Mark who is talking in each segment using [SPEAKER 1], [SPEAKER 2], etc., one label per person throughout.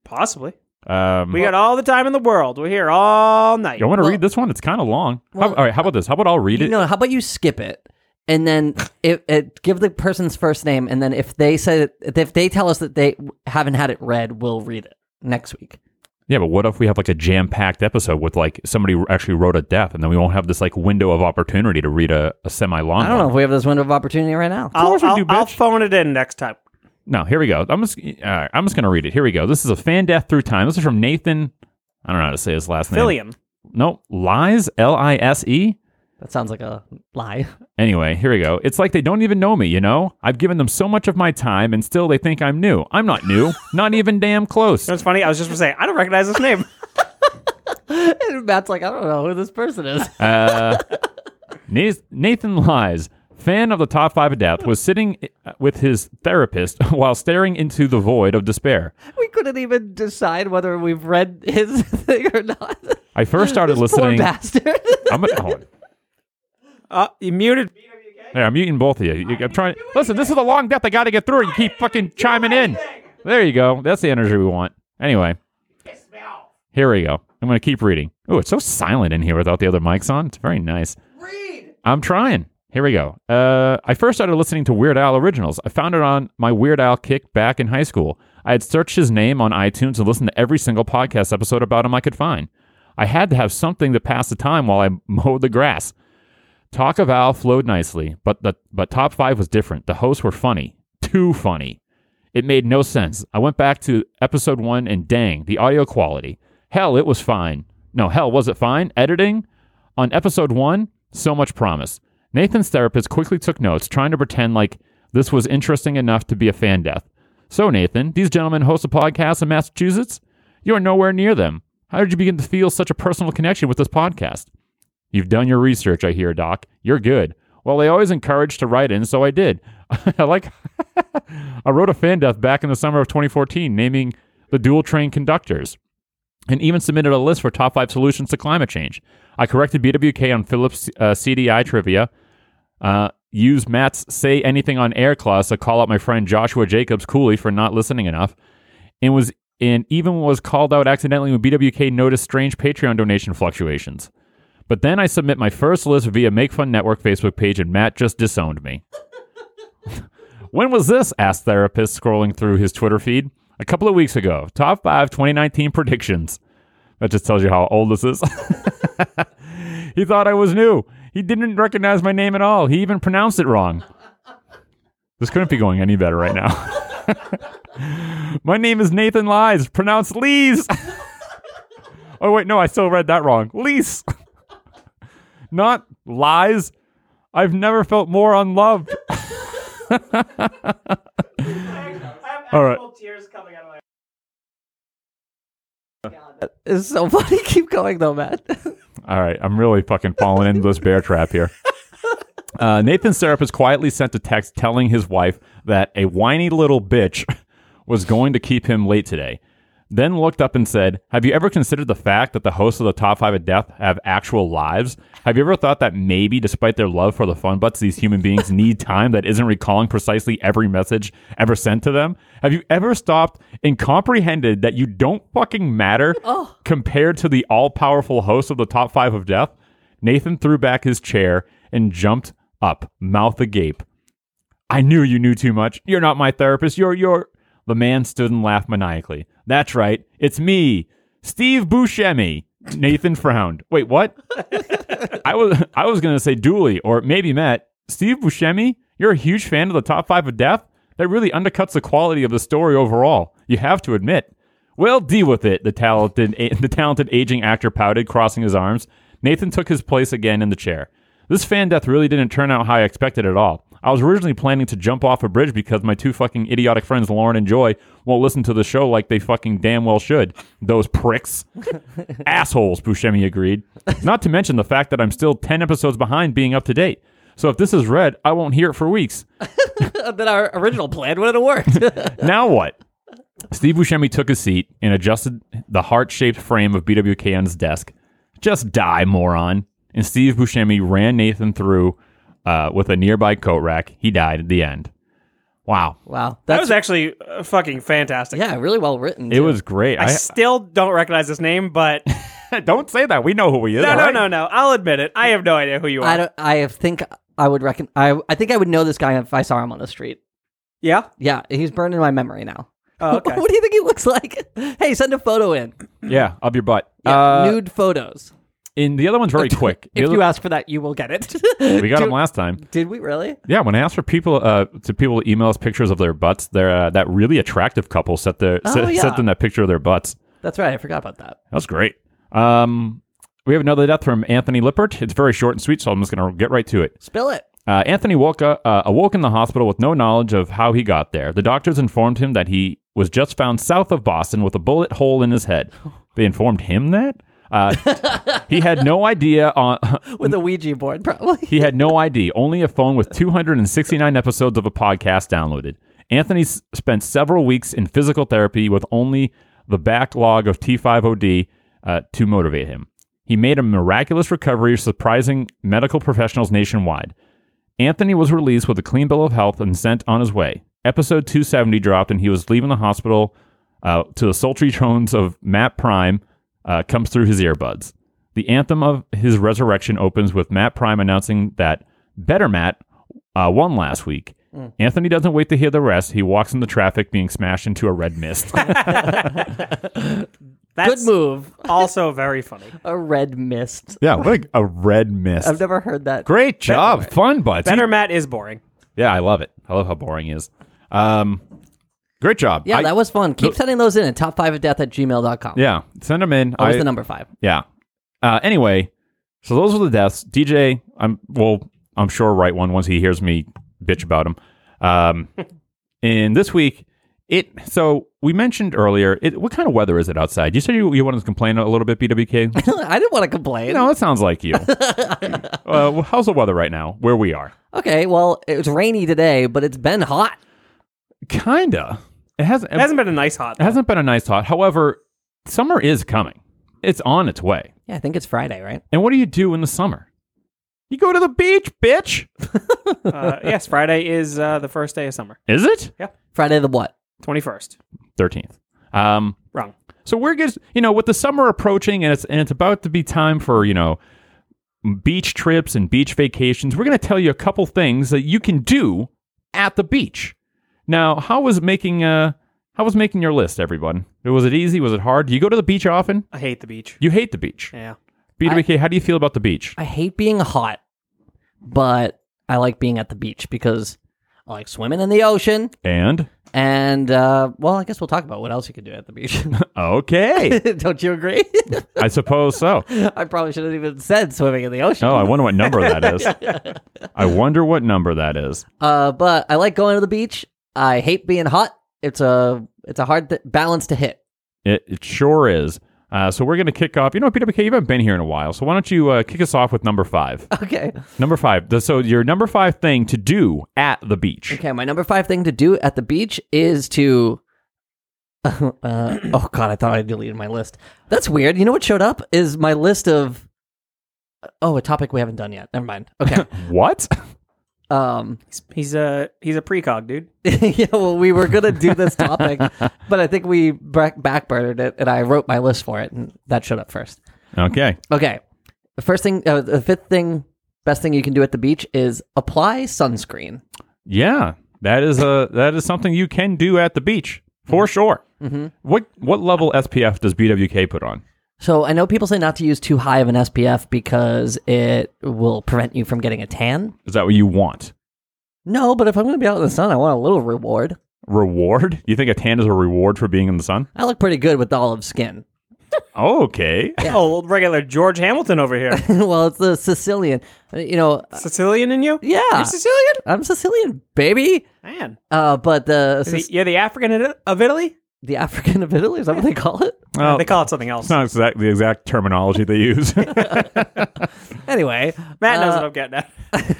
[SPEAKER 1] Possibly.
[SPEAKER 2] Um,
[SPEAKER 1] We got all the time in the world. We're here all night.
[SPEAKER 2] you want to
[SPEAKER 3] well-
[SPEAKER 2] read this one? It's kind of long. How-
[SPEAKER 3] well-
[SPEAKER 2] all right, how about this? How about I'll read
[SPEAKER 3] You
[SPEAKER 2] it?
[SPEAKER 3] know, how about you skip it and then it, it, give the person's first name, and then if they say that, if they tell us that they haven't had it read, we'll read it next week.
[SPEAKER 2] Yeah, but what if we have like a jam packed episode with like somebody actually wrote a death and then we won't have this like window of opportunity to read a, a semi long
[SPEAKER 3] I don't know if we have this window of opportunity right now.
[SPEAKER 1] I'll,
[SPEAKER 2] course we
[SPEAKER 1] I'll-
[SPEAKER 2] do, bitch.
[SPEAKER 1] I'll phone it in next time.
[SPEAKER 2] No, here we go. I'm just, all right, I'm just going to read it. Here we go. This is a fan death through time. This is from Nathan. I don't know how to say his last name.
[SPEAKER 1] Philium.
[SPEAKER 2] No, Lies, L I S E.
[SPEAKER 3] That sounds like a lie.
[SPEAKER 2] Anyway, here we go. It's like they don't even know me, you know? I've given them so much of my time and still they think I'm new. I'm not new. not even damn close.
[SPEAKER 1] You know what's funny? I was just going to say, I don't recognize this name.
[SPEAKER 3] And Matt's like, I don't know who this person is.
[SPEAKER 2] Uh, Nas- Nathan Lies, fan of the top five of death, was sitting uh, with his therapist while staring into the void of despair.
[SPEAKER 3] we couldn't even decide whether we've read his thing or not.
[SPEAKER 2] I first started
[SPEAKER 3] Poor
[SPEAKER 2] listening.
[SPEAKER 3] bastard.
[SPEAKER 2] I'm, a, oh, hold on.
[SPEAKER 1] Uh, you muted.
[SPEAKER 2] Hey, I'm muting both of you. You- I'm trying. Listen, this is a long death. I got to get through it. You keep fucking chiming in. There you go. That's the energy we want. Anyway, here we go. I'm going to keep reading. Oh, it's so silent in here without the other mics on. It's very nice. I'm trying. Here we go. Uh, I first started listening to Weird Al originals. I found it on my Weird Al kick back in high school. I had searched his name on iTunes and listened to every single podcast episode about him I could find. I had to have something to pass the time while I mowed the grass. Talk of Al flowed nicely, but the but top five was different. The hosts were funny, too funny. It made no sense. I went back to episode one and dang, the audio quality. Hell, it was fine. No, hell, was it fine? Editing? On episode one, so much promise. Nathan's therapist quickly took notes, trying to pretend like this was interesting enough to be a fan death. So, Nathan, these gentlemen host a podcast in Massachusetts? You are nowhere near them. How did you begin to feel such a personal connection with this podcast? You've done your research, I hear, Doc. You're good. Well, they always encourage to write in, so I did. I like. I wrote a fan death back in the summer of 2014, naming the dual train conductors, and even submitted a list for top five solutions to climate change. I corrected BWK on Phillips uh, CDI trivia. Uh, use Matt's say anything on air clause to call out my friend Joshua Jacobs Cooley for not listening enough, and was and even was called out accidentally when BWK noticed strange Patreon donation fluctuations. But then I submit my first list via Make Fun Network Facebook page, and Matt just disowned me. when was this? asked therapist, scrolling through his Twitter feed. A couple of weeks ago. Top five 2019 predictions. That just tells you how old this is. he thought I was new. He didn't recognize my name at all. He even pronounced it wrong. This couldn't be going any better right now. my name is Nathan Lies, pronounced Lees. oh, wait, no, I still read that wrong. Lees. Not lies. I've never felt more unloved. All right.
[SPEAKER 3] It's so funny. Keep going though, Matt.
[SPEAKER 2] All right, I'm really fucking falling into this bear trap here. Uh, Nathan's therapist quietly sent a text telling his wife that a whiny little bitch was going to keep him late today. Then looked up and said, Have you ever considered the fact that the hosts of the top five of death have actual lives? Have you ever thought that maybe, despite their love for the fun butts, these human beings need time that isn't recalling precisely every message ever sent to them? Have you ever stopped and comprehended that you don't fucking matter compared to the all powerful hosts of the top five of death? Nathan threw back his chair and jumped up, mouth agape. I knew you knew too much. You're not my therapist. You're your. The man stood and laughed maniacally. That's right. It's me, Steve Buscemi. Nathan frowned. Wait, what? I was I was gonna say Dooley or maybe Matt. Steve Buscemi, you're a huge fan of the top five of death. That really undercuts the quality of the story overall. You have to admit. Well, deal with it. The talented the talented aging actor pouted, crossing his arms. Nathan took his place again in the chair. This fan death really didn't turn out how I expected at all. I was originally planning to jump off a bridge because my two fucking idiotic friends, Lauren and Joy, won't listen to the show like they fucking damn well should. Those pricks. Assholes, Buscemi agreed. Not to mention the fact that I'm still 10 episodes behind being up to date. So if this is read, I won't hear it for weeks.
[SPEAKER 3] then our original plan would have worked.
[SPEAKER 2] now what? Steve Buscemi took his seat and adjusted the heart-shaped frame of BWK on his desk. Just die, moron! And Steve Buscemi ran Nathan through uh, with a nearby coat rack. He died at the end. Wow,
[SPEAKER 3] wow,
[SPEAKER 1] That
[SPEAKER 3] that's
[SPEAKER 1] was actually uh, fucking fantastic.
[SPEAKER 3] yeah, really well written.
[SPEAKER 2] it
[SPEAKER 3] too.
[SPEAKER 2] was great.
[SPEAKER 1] I,
[SPEAKER 2] I,
[SPEAKER 1] still don't recognize this name, but no,
[SPEAKER 2] don't say that. We know who he is.
[SPEAKER 1] no,
[SPEAKER 2] right?
[SPEAKER 1] no, no. I'll admit it. I have no idea who you
[SPEAKER 3] I
[SPEAKER 1] are.
[SPEAKER 3] don't. I think I would reckon. I I think I would know this guy if I saw him on the street.
[SPEAKER 1] Yeah.
[SPEAKER 3] Yeah, he's burned in my memory now.
[SPEAKER 1] Oh, okay.
[SPEAKER 3] what do you think he looks like? Hey, send a photo in.
[SPEAKER 2] Yeah, of your butt.
[SPEAKER 3] Yeah,
[SPEAKER 2] uh,
[SPEAKER 3] nude photos.
[SPEAKER 2] and the other one's very quick. The
[SPEAKER 3] If
[SPEAKER 2] other-
[SPEAKER 3] you ask for that, you will get it.
[SPEAKER 2] we got
[SPEAKER 3] Do-
[SPEAKER 2] him last time.
[SPEAKER 3] Did we really?
[SPEAKER 2] Yeah, when I asked for people uh, to people to email us pictures of their butts, their uh, that really attractive couple sent their
[SPEAKER 3] Oh,
[SPEAKER 2] sent-
[SPEAKER 3] yeah.
[SPEAKER 2] sent them that picture of their butts.
[SPEAKER 3] That's right. I forgot about that.
[SPEAKER 2] That's great. Um, we have another death from Anthony Lippert. It's very short and sweet, so I'm just going to get right to it.
[SPEAKER 3] Spill it.
[SPEAKER 2] Uh, Anthony woke, uh, uh, awoke in the hospital with no knowledge of how he got there. The doctors informed him that he was just found south of Boston with a bullet hole in his head. They informed him that? Uh, he had no idea on,
[SPEAKER 3] with
[SPEAKER 2] Mm.
[SPEAKER 3] a Ouija board, probably.
[SPEAKER 2] He had no ID, only a phone with 269 episodes of a podcast downloaded. Anthony s- spent several weeks in physical therapy with only the backlog of T5OD uh, to motivate him. He made a miraculous recovery, surprising medical professionals nationwide. Anthony was released with a clean bill of health and sent on his way. Episode 270 dropped, and he was leaving the hospital uh, to the sultry tones of Matt Prime uh, comes through his earbuds. The anthem of his resurrection opens with Matt Prime announcing that Better Matt uh, won last week. Anthony doesn't wait to hear the rest. He walks in the traffic, being smashed into a red mist.
[SPEAKER 1] That's
[SPEAKER 3] Good move.
[SPEAKER 1] also very funny.
[SPEAKER 3] A red mist.
[SPEAKER 2] yeah, what a, a red mist.
[SPEAKER 3] I've never heard that.
[SPEAKER 2] Great job, fun butts.
[SPEAKER 1] Better Matt is boring.
[SPEAKER 2] Yeah, I love it. I love how boring he is. Um, great job.
[SPEAKER 3] Yeah,
[SPEAKER 2] I-
[SPEAKER 3] that was fun. Keep sending those in at top five of death at gmail.com.
[SPEAKER 2] Yeah, send them in.
[SPEAKER 3] That was
[SPEAKER 2] I-
[SPEAKER 3] the number five.
[SPEAKER 2] Yeah. Uh, anyway, so those were the deaths. DJ, I'm well, I'm sure right one once he hears me bitch about him. Um, and this week, it so we mentioned earlier. It what kind of weather is it outside? You said you, you wanted to complain a little bit, BWK.
[SPEAKER 3] I didn't want to complain.
[SPEAKER 2] you know, that sounds like you. uh, well, how's the weather right now? Where we are?
[SPEAKER 3] Okay, well, it was rainy today, but it's been hot.
[SPEAKER 2] Kinda. It hasn't.
[SPEAKER 1] It hasn't been a nice hot.
[SPEAKER 2] It hasn't been a nice hot. However, summer is coming. It's on its way.
[SPEAKER 3] Yeah, I think it's Friday, right?
[SPEAKER 2] And what do you do in the summer? You go to the beach, bitch.
[SPEAKER 1] Uh, yes, Friday is uh, the first day of summer.
[SPEAKER 2] Is it?
[SPEAKER 3] Friday the what?
[SPEAKER 1] Twenty first.
[SPEAKER 2] Thirteenth. Um,
[SPEAKER 1] Wrong.
[SPEAKER 2] So we're just, you know, with the summer approaching and it's and it's about to be time for, you know, beach trips and beach vacations, we're going to tell you a couple things that you can do at the beach. Now, how was making uh how was making your list, everyone? Was it easy? Was it hard? Do you go to the beach often?
[SPEAKER 1] I hate the beach.
[SPEAKER 2] You hate the beach.
[SPEAKER 1] Yeah.
[SPEAKER 2] BWK, how do you feel about the beach?
[SPEAKER 3] I hate being hot, but I like being at the beach because I like swimming in the ocean.
[SPEAKER 2] And
[SPEAKER 3] And uh, well, I guess we'll talk about what else you could do at the beach.
[SPEAKER 2] okay,
[SPEAKER 3] Don't you agree?
[SPEAKER 2] I suppose so.
[SPEAKER 3] I probably should have even said swimming in the ocean.
[SPEAKER 2] Oh, I wonder what number that is. I wonder what number that is.
[SPEAKER 3] Uh, but I like going to the beach. I hate being hot. It's a it's a hard th- balance to hit.
[SPEAKER 2] It, it sure is. Uh, so we're going to kick off. You know, PWK, you haven't been here in a while, so why don't you uh, kick us off with number five?
[SPEAKER 3] Okay.
[SPEAKER 2] number five. The- So your number five thing to do at the beach.
[SPEAKER 3] Okay, my number five thing to do at the beach is to. Uh, oh God, I thought I deleted my list. That's weird. You know what showed up is my list of. Oh, a topic we haven't done yet. Never mind. Okay.
[SPEAKER 2] What?
[SPEAKER 3] um.
[SPEAKER 1] He's, he's a he's a precog dude.
[SPEAKER 3] yeah. Well, we were gonna do this topic, but I think we back- backburnered it, and I wrote my list for it, and that showed up first.
[SPEAKER 2] Okay.
[SPEAKER 3] Okay. The first thing, uh, the fifth thing, best thing you can do at the beach is apply sunscreen.
[SPEAKER 2] Yeah, that is a that is something you can do at the beach for sure. What what level SPF does BWK put on?
[SPEAKER 3] So I know people say not to use too high of an SPF because it will prevent you from getting a tan.
[SPEAKER 2] Is that what you want?
[SPEAKER 3] No, but if I'm going to be out in the sun, I want a little reward.
[SPEAKER 2] Reward? You think a tan is a reward for being in the sun?
[SPEAKER 3] I look pretty good with olive skin.
[SPEAKER 2] Okay.
[SPEAKER 1] Oh, regular George Hamilton over here.
[SPEAKER 3] well, it's the Sicilian. Uh, You know, uh,
[SPEAKER 1] Sicilian in you?
[SPEAKER 3] Yeah.
[SPEAKER 1] You're Sicilian?
[SPEAKER 3] I'm Sicilian, baby.
[SPEAKER 1] Man.
[SPEAKER 3] Uh, but the
[SPEAKER 1] Is he- you're the African in- of Italy?
[SPEAKER 3] the African of Italy is that what they call it?
[SPEAKER 2] Well,
[SPEAKER 1] they
[SPEAKER 2] it's
[SPEAKER 1] call it something else.
[SPEAKER 2] not exactly the exact terminology they use.
[SPEAKER 3] Anyway,
[SPEAKER 1] Matt knows what I'm getting at.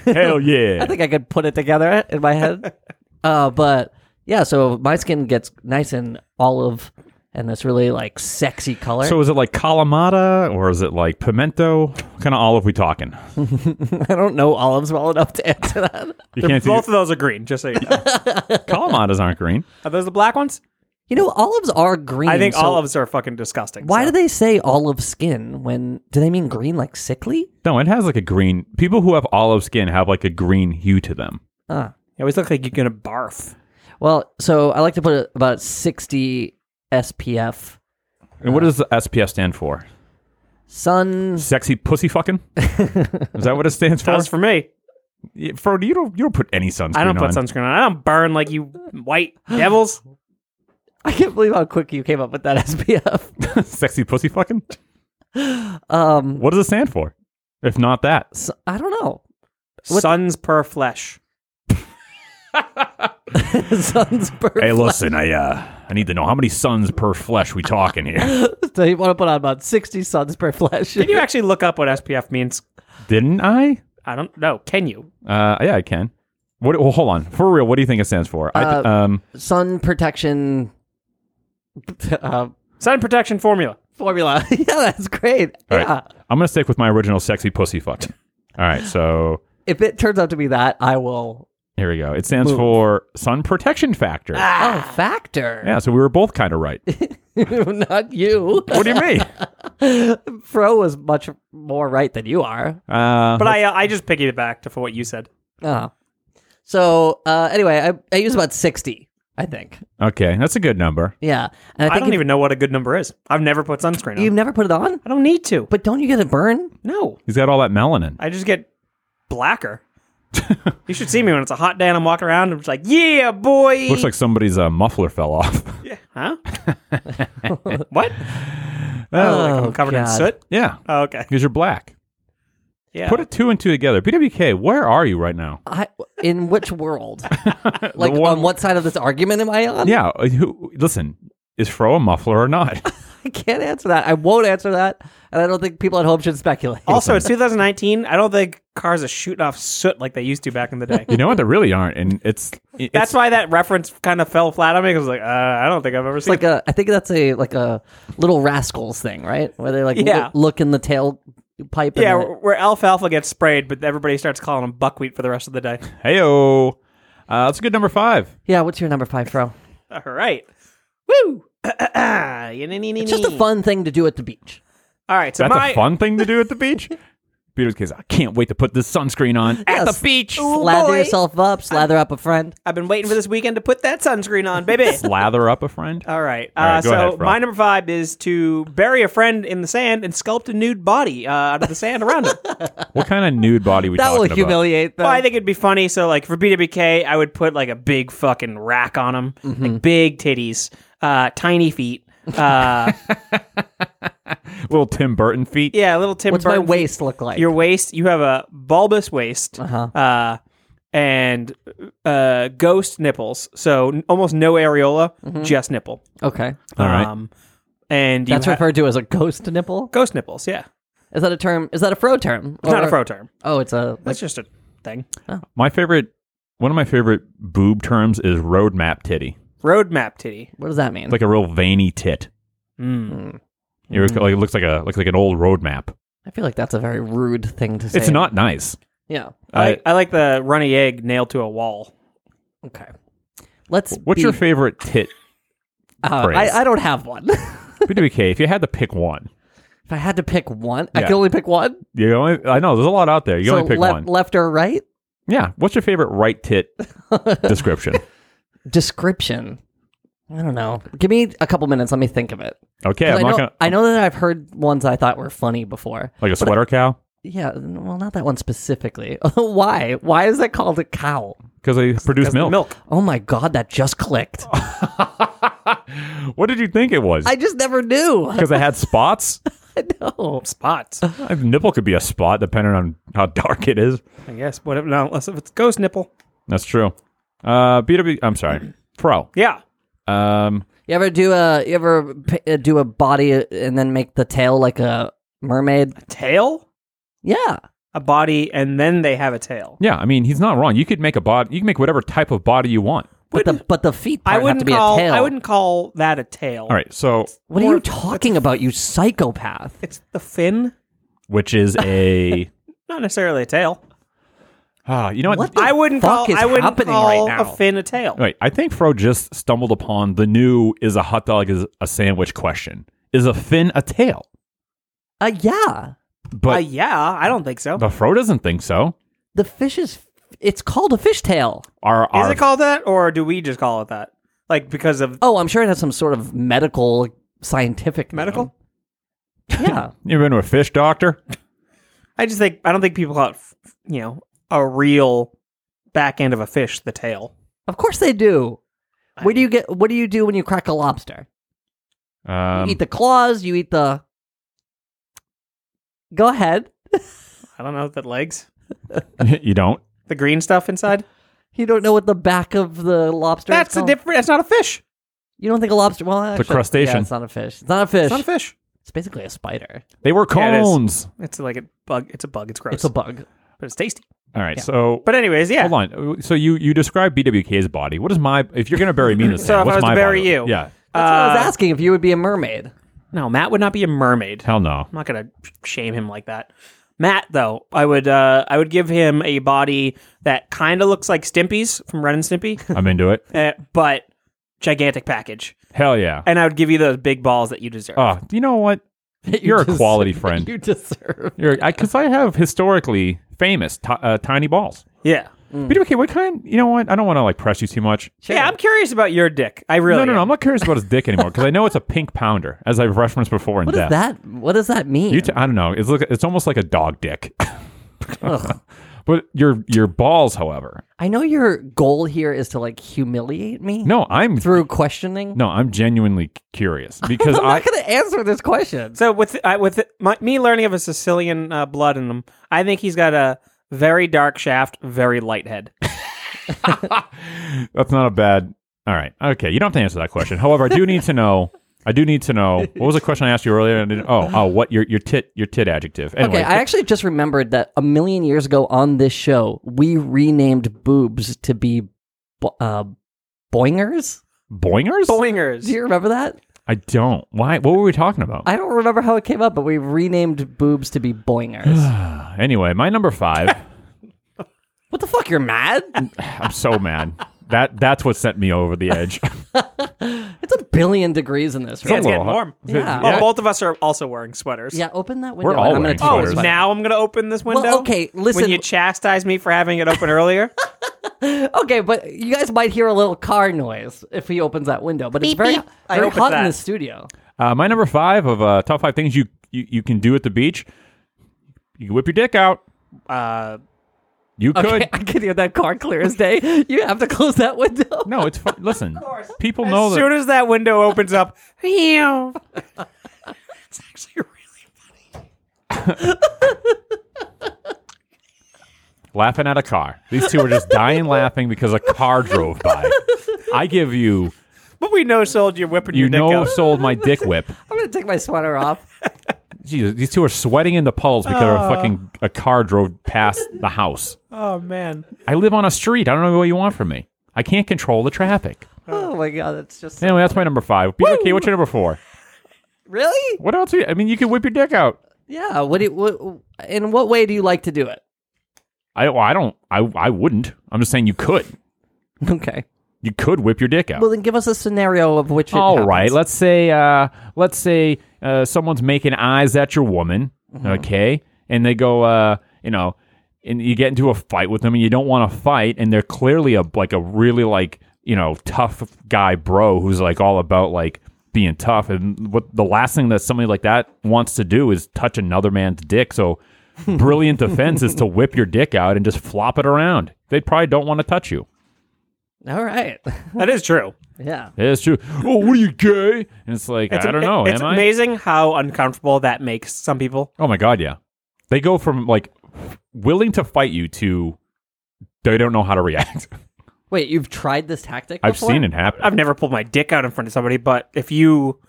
[SPEAKER 2] Hell yeah.
[SPEAKER 3] I think I could put it together in my head. uh, but yeah, so my skin gets nice and olive and this really like sexy color.
[SPEAKER 2] So is it like Kalamata or is it like pimento? What kind of olive we talking?
[SPEAKER 3] I don't know olives well enough to answer that.
[SPEAKER 2] You
[SPEAKER 1] They're-
[SPEAKER 2] can't see
[SPEAKER 1] Both of those are green, just so you know.
[SPEAKER 2] Kalamatas aren't green.
[SPEAKER 1] are those the black ones?
[SPEAKER 3] You know, olives are green.
[SPEAKER 1] I think
[SPEAKER 3] so
[SPEAKER 1] olives are fucking disgusting.
[SPEAKER 3] Why
[SPEAKER 1] so.
[SPEAKER 3] do they say olive skin when do they mean green like sickly?
[SPEAKER 2] No, it has like a green. People who have olive skin have like a green hue to them.
[SPEAKER 3] Ah.
[SPEAKER 1] You always look like you're going to barf.
[SPEAKER 3] Well, so I like to put a- about 60 SPF.
[SPEAKER 2] And what does the SPF stand for?
[SPEAKER 3] Sun
[SPEAKER 2] Sexy pussy fucking? Is that what it stands for?
[SPEAKER 1] That's for me.
[SPEAKER 2] Yeah, Fro, you don't you don't put any sunscreen
[SPEAKER 1] I don't put
[SPEAKER 2] on.
[SPEAKER 1] sunscreen on. I don't burn like you white devils.
[SPEAKER 3] I can't believe how quick you came up with that SPF.
[SPEAKER 2] Sexy pussy fucking?
[SPEAKER 3] Um
[SPEAKER 2] What does it stand for? If not that.
[SPEAKER 3] so- I don't know.
[SPEAKER 1] Suns per flesh.
[SPEAKER 3] Sun's perfect.
[SPEAKER 2] Hey, listen, I uh I need to know how many suns per flesh we talking here.
[SPEAKER 3] So you want to put on about 60 suns per flash.
[SPEAKER 1] Can you actually look up what SPF means?
[SPEAKER 2] Didn't I?
[SPEAKER 1] I don't know. Can you?
[SPEAKER 2] Uh yeah, I can. What well hold on. For real, what do you think it stands for? I
[SPEAKER 1] Uh,
[SPEAKER 2] th- um
[SPEAKER 3] Sun protection uh,
[SPEAKER 1] Sun protection formula.
[SPEAKER 3] formula. yeah, that's great.
[SPEAKER 2] All
[SPEAKER 3] yeah.
[SPEAKER 2] right. I'm gonna stick with my original sexy pussy fucking. All right, so
[SPEAKER 3] If it turns out to be that, I will.
[SPEAKER 2] here we go. It stands for sun protection factor.
[SPEAKER 1] Ah.
[SPEAKER 3] Oh,
[SPEAKER 2] Ah.
[SPEAKER 3] factor.
[SPEAKER 2] Yeah, so we were both kind of right.
[SPEAKER 3] Not you.
[SPEAKER 2] What do you mean?
[SPEAKER 3] Fro was much more right than you are.
[SPEAKER 2] Uh,
[SPEAKER 1] But I uh, I just piggybacked back to for what you said.
[SPEAKER 3] Oh. So uh, anyway, I, I use about 60, I think.
[SPEAKER 2] okay, that's a good number.
[SPEAKER 3] Yeah. And I
[SPEAKER 1] I,
[SPEAKER 3] think
[SPEAKER 1] don't
[SPEAKER 3] if-
[SPEAKER 1] even know what a good number is. I've never put sunscreen on.
[SPEAKER 3] you've never put it on,
[SPEAKER 1] I don't need to. But
[SPEAKER 3] but don't you get a burn?
[SPEAKER 1] no,
[SPEAKER 2] He's got all that melanin.
[SPEAKER 1] I just get blacker. you should see me when it's a hot day and I'm walking around. I'm just like, yeah, boy.
[SPEAKER 2] Looks like somebody's uh, muffler fell off.
[SPEAKER 1] huh? what?
[SPEAKER 3] Oh,
[SPEAKER 1] Like I'm covered in
[SPEAKER 3] God.
[SPEAKER 1] soot.
[SPEAKER 2] yeah,
[SPEAKER 1] Oh, okay.
[SPEAKER 2] because you're black.
[SPEAKER 1] Yeah.
[SPEAKER 2] Put a two and two together. BWK, where are you right now?
[SPEAKER 3] I, in which world? like
[SPEAKER 2] one-
[SPEAKER 3] on what side of this argument am I on?
[SPEAKER 2] Yeah, uh, who, listen, is Fro a muffler or not?
[SPEAKER 3] I can't answer that. I won't answer that, and I don't think people at home should speculate.
[SPEAKER 1] also, it's 2019. I don't think cars are shooting off soot like they used to back in the day.
[SPEAKER 2] you know what? They really aren't, and it's, it's
[SPEAKER 1] That's why that reference kind of fell flat on me. 'cause I was like, uh, I don't think I've ever
[SPEAKER 3] It's
[SPEAKER 1] seen
[SPEAKER 3] like a, I think that's a like a little rascals thing, right? Where they like
[SPEAKER 1] Yeah.
[SPEAKER 3] look, look in the tail pipe. and
[SPEAKER 1] Yeah,
[SPEAKER 3] then-
[SPEAKER 1] where where alfalfa gets sprayed, but everybody starts calling him buckwheat for the rest of the day.
[SPEAKER 2] heyo. Uh, that's a good number five.
[SPEAKER 3] yeah. What's your number five, Fro?
[SPEAKER 1] All right. Woo! it's
[SPEAKER 3] It's just a fun thing to do at the beach.
[SPEAKER 1] All right, so
[SPEAKER 2] That's
[SPEAKER 1] my
[SPEAKER 2] a fun thing to do at the beach. Peter's kids, I can't wait to put this sunscreen on at
[SPEAKER 3] Yes.
[SPEAKER 2] the beach.
[SPEAKER 3] Slather
[SPEAKER 1] boy.
[SPEAKER 3] yourself up, slather up a friend.
[SPEAKER 1] I've been waiting for this weekend to put that sunscreen on, baby.
[SPEAKER 2] Lather up a friend.
[SPEAKER 1] All right. Uh,
[SPEAKER 2] All right, go
[SPEAKER 1] so
[SPEAKER 2] ahead, Rob.
[SPEAKER 1] my number five is to bury a friend in the sand and sculpt a nude body uh, out of the sand around him.
[SPEAKER 2] What kind of nude body we
[SPEAKER 3] That
[SPEAKER 2] talking
[SPEAKER 3] will
[SPEAKER 2] about?
[SPEAKER 3] humiliate them.
[SPEAKER 1] Well, I think it'd be funny. So, like for BWK, I would put like a big fucking rack on him,
[SPEAKER 3] Mm-hmm.
[SPEAKER 1] like big titties, uh, tiny feet. Uh,
[SPEAKER 2] Little Tim Burton feet.
[SPEAKER 1] yeah, little Tim.
[SPEAKER 3] What's my
[SPEAKER 1] Burton feet.
[SPEAKER 3] waist look like?
[SPEAKER 1] Your waist. You have a bulbous waist.
[SPEAKER 3] Uh-huh.
[SPEAKER 1] uh, and uh, ghost nipples, so n- almost no areola,
[SPEAKER 3] Mm-hmm.
[SPEAKER 1] just nipple.
[SPEAKER 3] okay.
[SPEAKER 2] All right.
[SPEAKER 1] Um, and you
[SPEAKER 3] That's
[SPEAKER 1] ha-
[SPEAKER 3] referred to as a ghost nipple.
[SPEAKER 1] ghost nipples. Yeah,
[SPEAKER 3] Is that a term? Is that a fro term?
[SPEAKER 1] it's not a
[SPEAKER 3] Or-
[SPEAKER 1] fro term.
[SPEAKER 3] Oh, it's a. Like,
[SPEAKER 1] That's just a thing.
[SPEAKER 2] My favorite, one of my favorite boob terms is roadmap titty.
[SPEAKER 1] Roadmap titty. Mm.
[SPEAKER 3] what does that mean?
[SPEAKER 2] It's like a real veiny tit. Mm. You ever- like, it looks like a looks like an old roadmap.
[SPEAKER 3] I feel like that's a very rude thing to say.
[SPEAKER 2] It's not nice.
[SPEAKER 3] Yeah.
[SPEAKER 1] I,
[SPEAKER 2] I-
[SPEAKER 1] I like the runny egg nailed to a wall.
[SPEAKER 3] Okay. Let's.
[SPEAKER 2] What's
[SPEAKER 3] be-
[SPEAKER 2] your favorite tit?
[SPEAKER 3] uh,
[SPEAKER 2] phrase?
[SPEAKER 3] I, I don't have one. if
[SPEAKER 2] BWK, if you had to pick one,
[SPEAKER 3] I had to pick one, I
[SPEAKER 2] Yeah.
[SPEAKER 3] could only pick one.
[SPEAKER 2] you only, I know there's a lot out there. You
[SPEAKER 3] so
[SPEAKER 2] only pick
[SPEAKER 3] left,
[SPEAKER 2] one.
[SPEAKER 3] left or right
[SPEAKER 2] yeah. What's your favorite right tit description?
[SPEAKER 3] description. I don't know. Give me a couple minutes. Let me think of it.
[SPEAKER 2] Okay,
[SPEAKER 3] 'Cause
[SPEAKER 2] I'm
[SPEAKER 3] I know,
[SPEAKER 2] not gonna
[SPEAKER 3] I know that I've heard ones I thought were funny before.
[SPEAKER 2] like a sweater cow
[SPEAKER 3] Yeah, well, not that one specifically. Why? Why is that called a cow?
[SPEAKER 2] because they produce milk.
[SPEAKER 3] Oh my god, that just clicked.
[SPEAKER 2] What did you think it was?
[SPEAKER 3] I just never knew.
[SPEAKER 2] Because they had spots.
[SPEAKER 3] I know.
[SPEAKER 1] Spots.
[SPEAKER 2] A nipple could be a spot depending on how dark it is.
[SPEAKER 1] I guess. Whatever. No, unless if it's ghost nipple.
[SPEAKER 2] That's true. Uh, BW. I'm sorry. Pro.
[SPEAKER 1] Yeah.
[SPEAKER 2] Um,
[SPEAKER 3] You ever do a you ever p- uh, do a body and then make the tail like a mermaid?
[SPEAKER 1] Tail,
[SPEAKER 3] Yeah.
[SPEAKER 1] a body, and then they have a tail.
[SPEAKER 2] yeah. I mean, he's not wrong. You could make a body. You can make whatever type of body you want.
[SPEAKER 3] But the but the feet
[SPEAKER 1] I
[SPEAKER 3] part have
[SPEAKER 1] wouldn't
[SPEAKER 3] to be
[SPEAKER 1] call.
[SPEAKER 3] a tail.
[SPEAKER 1] I wouldn't call that a tail.
[SPEAKER 2] All right. So,
[SPEAKER 3] What are you talking about, you psychopath?
[SPEAKER 1] It's the fin,
[SPEAKER 2] which is a.
[SPEAKER 1] not necessarily a tail.
[SPEAKER 2] Ah, you know what?
[SPEAKER 3] What the-
[SPEAKER 1] I wouldn't
[SPEAKER 3] fuck
[SPEAKER 1] call.
[SPEAKER 3] is
[SPEAKER 1] I wouldn't
[SPEAKER 3] happening
[SPEAKER 1] call
[SPEAKER 3] right now?
[SPEAKER 1] a fin a tail.
[SPEAKER 2] Wait, I think Fro just stumbled upon the new is a hot dog is a sandwich question. Is a fin a tail?
[SPEAKER 3] Uh, yeah.
[SPEAKER 1] uh,
[SPEAKER 2] But
[SPEAKER 1] yeah, I don't think so.
[SPEAKER 2] but Fro doesn't think so.
[SPEAKER 3] The fish is. It's called a fish tail.
[SPEAKER 2] Are
[SPEAKER 1] Is
[SPEAKER 2] are
[SPEAKER 1] it called that, or do we just call it that? Like because of
[SPEAKER 3] Oh, I'm sure it has some sort of medical, scientific name.
[SPEAKER 1] medical?
[SPEAKER 3] Yeah.
[SPEAKER 2] you ever been to a fish doctor?
[SPEAKER 1] I just think I don't think people call it, f- you know, a real back end of a fish the tail.
[SPEAKER 3] Of course they do. What do you get? What do you do when you crack a lobster?
[SPEAKER 2] Um,
[SPEAKER 3] you eat the claws. You eat the. Go ahead.
[SPEAKER 1] I don't know the legs,
[SPEAKER 2] Um, you don't.
[SPEAKER 1] the green stuff inside.
[SPEAKER 3] You don't know what the back of the lobster. is
[SPEAKER 1] That's a
[SPEAKER 3] called?
[SPEAKER 1] different. That's not a fish.
[SPEAKER 3] You don't think a lobster? Well, actually,
[SPEAKER 2] crustacean.
[SPEAKER 3] Yeah, it's not a fish. It's not a fish.
[SPEAKER 1] It's
[SPEAKER 3] It's,
[SPEAKER 1] not a fish.
[SPEAKER 3] basically a spider.
[SPEAKER 2] They were
[SPEAKER 1] Yeah, it is.
[SPEAKER 2] cones.
[SPEAKER 1] It's like a bug. It's a bug. It's gross.
[SPEAKER 3] It's a bug.
[SPEAKER 1] but it's tasty.
[SPEAKER 2] All right. So
[SPEAKER 1] But anyways, yeah.
[SPEAKER 2] hold on. So you you describe BWK's body. What is my if you're gonna bury me in the
[SPEAKER 1] So
[SPEAKER 2] sand?
[SPEAKER 1] if I
[SPEAKER 2] what's
[SPEAKER 1] was to
[SPEAKER 2] my
[SPEAKER 1] bury
[SPEAKER 2] body?
[SPEAKER 1] you.
[SPEAKER 2] Yeah.
[SPEAKER 3] That's what I
[SPEAKER 1] Uh,
[SPEAKER 3] was asking if you would be a mermaid.
[SPEAKER 1] No, Matt would not be a mermaid.
[SPEAKER 2] Hell no.
[SPEAKER 1] I'm not gonna shame him like that. Matt, though, I would uh, I would give him a body that kind of looks like Stimpy's from Ren and Stimpy,
[SPEAKER 2] I'm into it.
[SPEAKER 1] uh, but gigantic package.
[SPEAKER 2] Hell yeah.
[SPEAKER 1] And I would give you those big balls that you deserve.
[SPEAKER 2] Oh, you know what?
[SPEAKER 3] You
[SPEAKER 2] You're a
[SPEAKER 3] deserve-
[SPEAKER 2] quality friend.
[SPEAKER 3] You deserve.
[SPEAKER 2] You're because I have historically famous ti uh, tiny balls.
[SPEAKER 1] yeah,
[SPEAKER 2] BWK, what kind? You know what? I don't want to like press you too much.
[SPEAKER 1] yeah. I'm curious about your dick. I really
[SPEAKER 2] No, no, no. I'm
[SPEAKER 1] am.
[SPEAKER 2] not curious about his dick anymore because I know it's a pink pounder, as I've referenced before in
[SPEAKER 3] What
[SPEAKER 2] death.
[SPEAKER 3] does that? What does that mean?
[SPEAKER 2] You t- I don't know. It's look. It's almost like a dog dick.
[SPEAKER 3] Ugh.
[SPEAKER 2] But your your balls, however,
[SPEAKER 3] I know your goal here is to like humiliate me
[SPEAKER 2] no, I'm
[SPEAKER 3] through questioning.
[SPEAKER 2] no, I'm genuinely curious because
[SPEAKER 3] I'm
[SPEAKER 2] I
[SPEAKER 3] not going to answer this question.
[SPEAKER 1] So with I with my, me learning of a Sicilian uh, blood in him, I think he's got a very dark shaft, very light head.
[SPEAKER 2] that's not a bad. All right, okay. You don't have to answer that question. However, I do need to know. I do need to know. What was the question I asked you earlier? And I didn't- oh, oh, what your your tit your tit adjective? Anyway,
[SPEAKER 3] Okay, I actually just remembered that a million years ago on this show, we renamed boobs to be bo- uh, boingers.
[SPEAKER 2] boingers.
[SPEAKER 1] Boingers.
[SPEAKER 3] Do you remember that?
[SPEAKER 2] I don't. Why? What were we talking about?
[SPEAKER 3] I don't remember how it came up, but we renamed boobs to be boingers.
[SPEAKER 2] anyway, my number five.
[SPEAKER 3] what the fuck? You're mad?
[SPEAKER 2] I'm so mad. that that's what sent me over the edge.
[SPEAKER 3] It's a billion degrees in this
[SPEAKER 1] Yeah,
[SPEAKER 3] room.
[SPEAKER 1] it's getting warm.
[SPEAKER 3] Yeah. Oh,
[SPEAKER 1] Well, both of us are also wearing sweaters.
[SPEAKER 3] Yeah, open that window.
[SPEAKER 2] We're all
[SPEAKER 3] and I'm gonna
[SPEAKER 2] wearing
[SPEAKER 3] take
[SPEAKER 1] Oh,
[SPEAKER 3] this
[SPEAKER 2] sweaters.
[SPEAKER 3] one.
[SPEAKER 1] now I'm going to open this window?
[SPEAKER 3] okay, listen-
[SPEAKER 1] When you chastise me for having it open earlier?
[SPEAKER 3] Okay, but you guys might hear a little car noise if he opens that window. But it's very,
[SPEAKER 1] I
[SPEAKER 3] very
[SPEAKER 1] hope it's
[SPEAKER 3] hot in
[SPEAKER 1] that.
[SPEAKER 3] the studio.
[SPEAKER 2] Uh, my number five of uh, top five things you, you you can do at the beach. You can whip your dick out.
[SPEAKER 1] Uh,
[SPEAKER 2] You could.
[SPEAKER 3] Okay, I can hear that car clear as day. You have to close that window.
[SPEAKER 2] No, it's fu- listen. People know
[SPEAKER 1] as soon
[SPEAKER 2] that.
[SPEAKER 1] as that window opens up, meow. it's actually really
[SPEAKER 2] Laughing at a car. These two are just dying laughing because a car drove by. I give you.
[SPEAKER 1] But we know sold you whipping
[SPEAKER 2] You
[SPEAKER 1] your dick
[SPEAKER 2] know,
[SPEAKER 1] out.
[SPEAKER 2] sold my dick whip.
[SPEAKER 3] I'm gonna take my sweater off.
[SPEAKER 2] Jesus, these two are sweating in the puddles because
[SPEAKER 1] Uh.
[SPEAKER 2] a fucking a car drove past the house.
[SPEAKER 1] Oh, man.
[SPEAKER 2] I live on a street. I don't know what you want from me. I can't control the traffic.
[SPEAKER 3] Oh my god, that's just
[SPEAKER 2] Anyway, that's my number five. BRK, what's your number four?
[SPEAKER 3] really.
[SPEAKER 2] What else? do you- I mean, you can whip your dick out.
[SPEAKER 3] Yeah. What, do you, what? In what way do you like to do it?
[SPEAKER 2] I well, I don't. I I wouldn't. I'm just saying you could.
[SPEAKER 3] Okay.
[SPEAKER 2] You could whip your dick out.
[SPEAKER 3] Well, then give us a scenario of which. It
[SPEAKER 2] All
[SPEAKER 3] happens.
[SPEAKER 2] right. Let's say uh, let's say uh, someone's making eyes at your woman, okay, and they go, uh, you know, and you get into a fight with them, and you don't want to fight, and they're clearly a like a really like you know tough guy bro who's like all about like being tough, and what the last thing that somebody like that wants to do is touch another man's dick. So. Brilliant defense is to whip your dick out and just flop it around. They probably don't want to touch you.
[SPEAKER 3] All right.
[SPEAKER 1] That is true.
[SPEAKER 3] yeah.
[SPEAKER 2] It's true. Oh, what are you gay? And it's like I don't know.
[SPEAKER 1] It's
[SPEAKER 2] am I?
[SPEAKER 1] amazing how uncomfortable that makes some people.
[SPEAKER 2] Oh my god, yeah. They go from like willing to fight you to they don't know how to react.
[SPEAKER 3] Wait, you've tried this tactic?
[SPEAKER 2] I've
[SPEAKER 3] before?
[SPEAKER 2] seen it happen.
[SPEAKER 1] I've never pulled my dick out in front of somebody, but if you,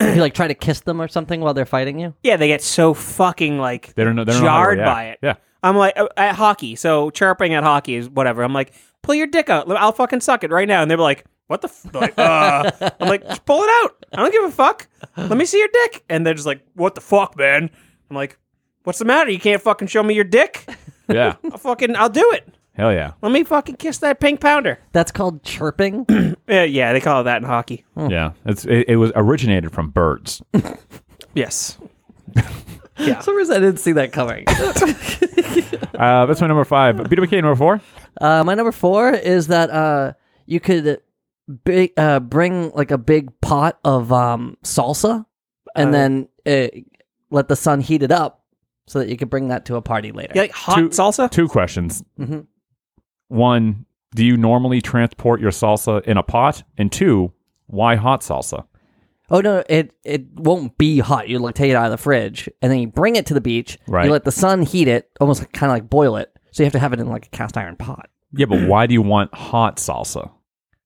[SPEAKER 3] You like try to kiss them or something while they're fighting you.
[SPEAKER 1] yeah, they get so fucking like
[SPEAKER 2] they don't know. They don't know how to
[SPEAKER 1] jarred
[SPEAKER 2] react.
[SPEAKER 1] by it.
[SPEAKER 2] Yeah.
[SPEAKER 1] I'm like uh, at hockey, so chirping at hockey is whatever. I'm like, pull your dick out. I'll fucking suck it right now. And they're like, what the? F-? They're like, uh. I'm like, "Just pull it out. I don't give a fuck. Let me see your dick. And they're just like, what the fuck, man? I'm like, what's the matter? You can't fucking show me your dick.
[SPEAKER 2] Yeah.
[SPEAKER 1] I'll fucking, I'll do it.
[SPEAKER 2] Hell yeah.
[SPEAKER 1] Let me fucking kiss that pink pounder.
[SPEAKER 3] That's called chirping.
[SPEAKER 1] Yeah, yeah, they call it that in hockey.
[SPEAKER 2] Yeah. It's it, it was originated from birds.
[SPEAKER 1] Yes.
[SPEAKER 3] For some reason, I didn't see that coming.
[SPEAKER 2] Uh, that's my number five. BWK number four.
[SPEAKER 3] Uh, my number four is that uh, you could big, uh, bring like a big pot of um, salsa
[SPEAKER 2] Uh-huh.
[SPEAKER 3] and then uh let the sun heat it up so that you could bring that to a party later.
[SPEAKER 1] You like hot
[SPEAKER 2] Two-
[SPEAKER 1] salsa?
[SPEAKER 2] Two questions.
[SPEAKER 3] Mhm.
[SPEAKER 2] One, do you normally transport your salsa in a pot? And two, why hot salsa?
[SPEAKER 3] Oh no, it it won't be hot. You like take it out of the fridge and then you bring it to the beach.
[SPEAKER 2] Right.
[SPEAKER 3] You let the sun heat it, almost kind of like boil it. So you have to have it in like a cast iron pot.
[SPEAKER 2] Yeah, but why do you want hot salsa?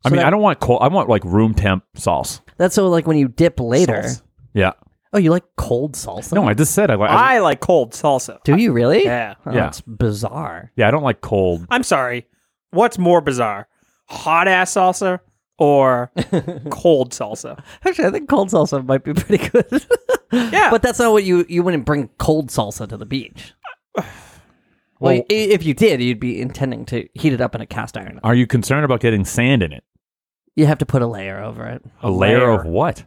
[SPEAKER 2] I
[SPEAKER 3] So
[SPEAKER 2] mean,
[SPEAKER 3] that-
[SPEAKER 2] I don't want cold. I want like room temp sauce.
[SPEAKER 3] That's so like when you dip later.
[SPEAKER 1] Salsa.
[SPEAKER 2] Yeah.
[SPEAKER 3] Oh, you like cold salsa?
[SPEAKER 2] No, I just said I like.
[SPEAKER 1] I like cold salsa.
[SPEAKER 3] Do you really?
[SPEAKER 1] Yeah.
[SPEAKER 3] Oh,
[SPEAKER 2] Yeah.
[SPEAKER 3] That's bizarre.
[SPEAKER 2] yeah, I don't like cold.
[SPEAKER 1] I'm sorry. What's more bizarre? Hot ass salsa or cold salsa?
[SPEAKER 3] Actually, I think cold salsa might be pretty good.
[SPEAKER 1] Yeah.
[SPEAKER 3] But that's not what you you wouldn't bring cold salsa to the beach. Well,
[SPEAKER 2] Well-
[SPEAKER 3] i- if you did, you'd be intending to heat it up in a cast iron.
[SPEAKER 2] Are you concerned about getting sand in it?
[SPEAKER 3] You have to put a layer over it,
[SPEAKER 2] A layer, of what?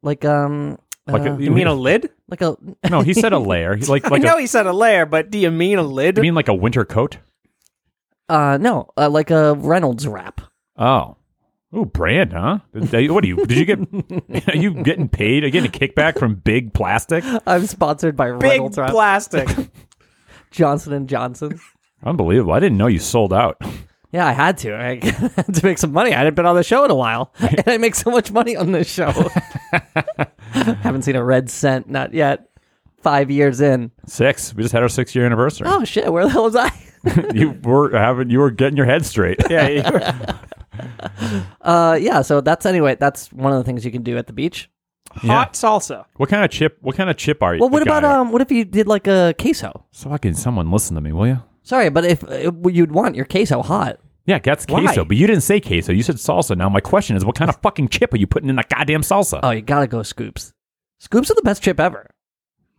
[SPEAKER 3] like um,
[SPEAKER 2] Like
[SPEAKER 3] uh,
[SPEAKER 2] a-
[SPEAKER 1] you mean a lid?
[SPEAKER 3] like a
[SPEAKER 2] No, he said a layer. He, like
[SPEAKER 1] I
[SPEAKER 2] like
[SPEAKER 1] know
[SPEAKER 2] a,
[SPEAKER 1] he said a layer, but do you mean a lid?
[SPEAKER 2] you mean like a winter coat?
[SPEAKER 3] uh no, uh, like a Reynolds wrap.
[SPEAKER 2] Oh. Ooh, brand, huh? Did they- what do you did you get are you getting paid? Are you getting a kickback from big plastic?
[SPEAKER 3] I'm sponsored by
[SPEAKER 1] Big
[SPEAKER 3] Reynolds wrap,
[SPEAKER 1] plastic.
[SPEAKER 3] Johnson and Johnson.
[SPEAKER 2] Unbelievable. I didn't know you sold out.
[SPEAKER 3] Yeah, I had to. I had to make some money. I hadn't been on the show in a while, and I make so much money on this show. Haven't seen a red cent, not yet. Five years in.
[SPEAKER 2] Six. We just had our six year anniversary.
[SPEAKER 3] Oh shit! Where the hell was I?
[SPEAKER 2] You were having you were getting your head straight.
[SPEAKER 1] yeah, you were-
[SPEAKER 3] Uh, yeah. So that's anyway. That's one of the things you can do at the beach.
[SPEAKER 1] Hot salsa.
[SPEAKER 2] What kind of chip what kind of chip are you?
[SPEAKER 3] Well, what
[SPEAKER 2] the guy
[SPEAKER 3] about
[SPEAKER 2] are-
[SPEAKER 3] um? What if you did like a queso?
[SPEAKER 2] so fucking someone listen to me, will you?
[SPEAKER 3] Sorry, but if uh, you'd want your queso hot,
[SPEAKER 2] Yeah, that's
[SPEAKER 3] Why?
[SPEAKER 2] queso, but you didn't say queso. You said salsa. Now my question is, what kind of fucking chip are you putting in that goddamn salsa?
[SPEAKER 1] Uh,
[SPEAKER 3] oh, you gotta go scoops. Scoops are the best chip ever.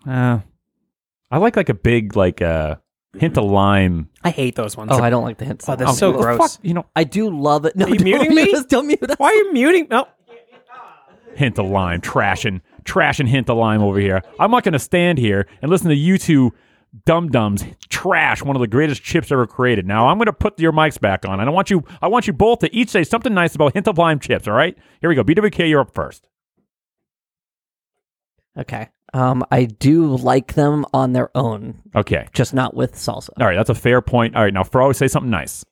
[SPEAKER 2] Uh, I like like a big like uh hint of lime.
[SPEAKER 1] I hate those ones.
[SPEAKER 3] Oh, I don't like the hints.
[SPEAKER 1] Oh, they're so
[SPEAKER 2] what the
[SPEAKER 1] gross.
[SPEAKER 2] fuck? You know,
[SPEAKER 3] I do love it. No,
[SPEAKER 1] Are you
[SPEAKER 3] don't
[SPEAKER 1] muting me?
[SPEAKER 3] mute us, Don't mute us.
[SPEAKER 1] Why are you muting? No,
[SPEAKER 2] hint of lime, trashing, trashing hint of lime over here. I'm not going to stand here and listen to you two dum dums trash one of the greatest chips ever created. Now I'm going to put your mics back on, and I want you, I want you both to each say something nice about hint of lime chips. All right, here we go. BWK, you're up first.
[SPEAKER 3] Okay. Um, I do like them on their own,
[SPEAKER 2] Okay.
[SPEAKER 3] just not with salsa.
[SPEAKER 2] All right, that's a fair point. All right, now Fro, say something nice.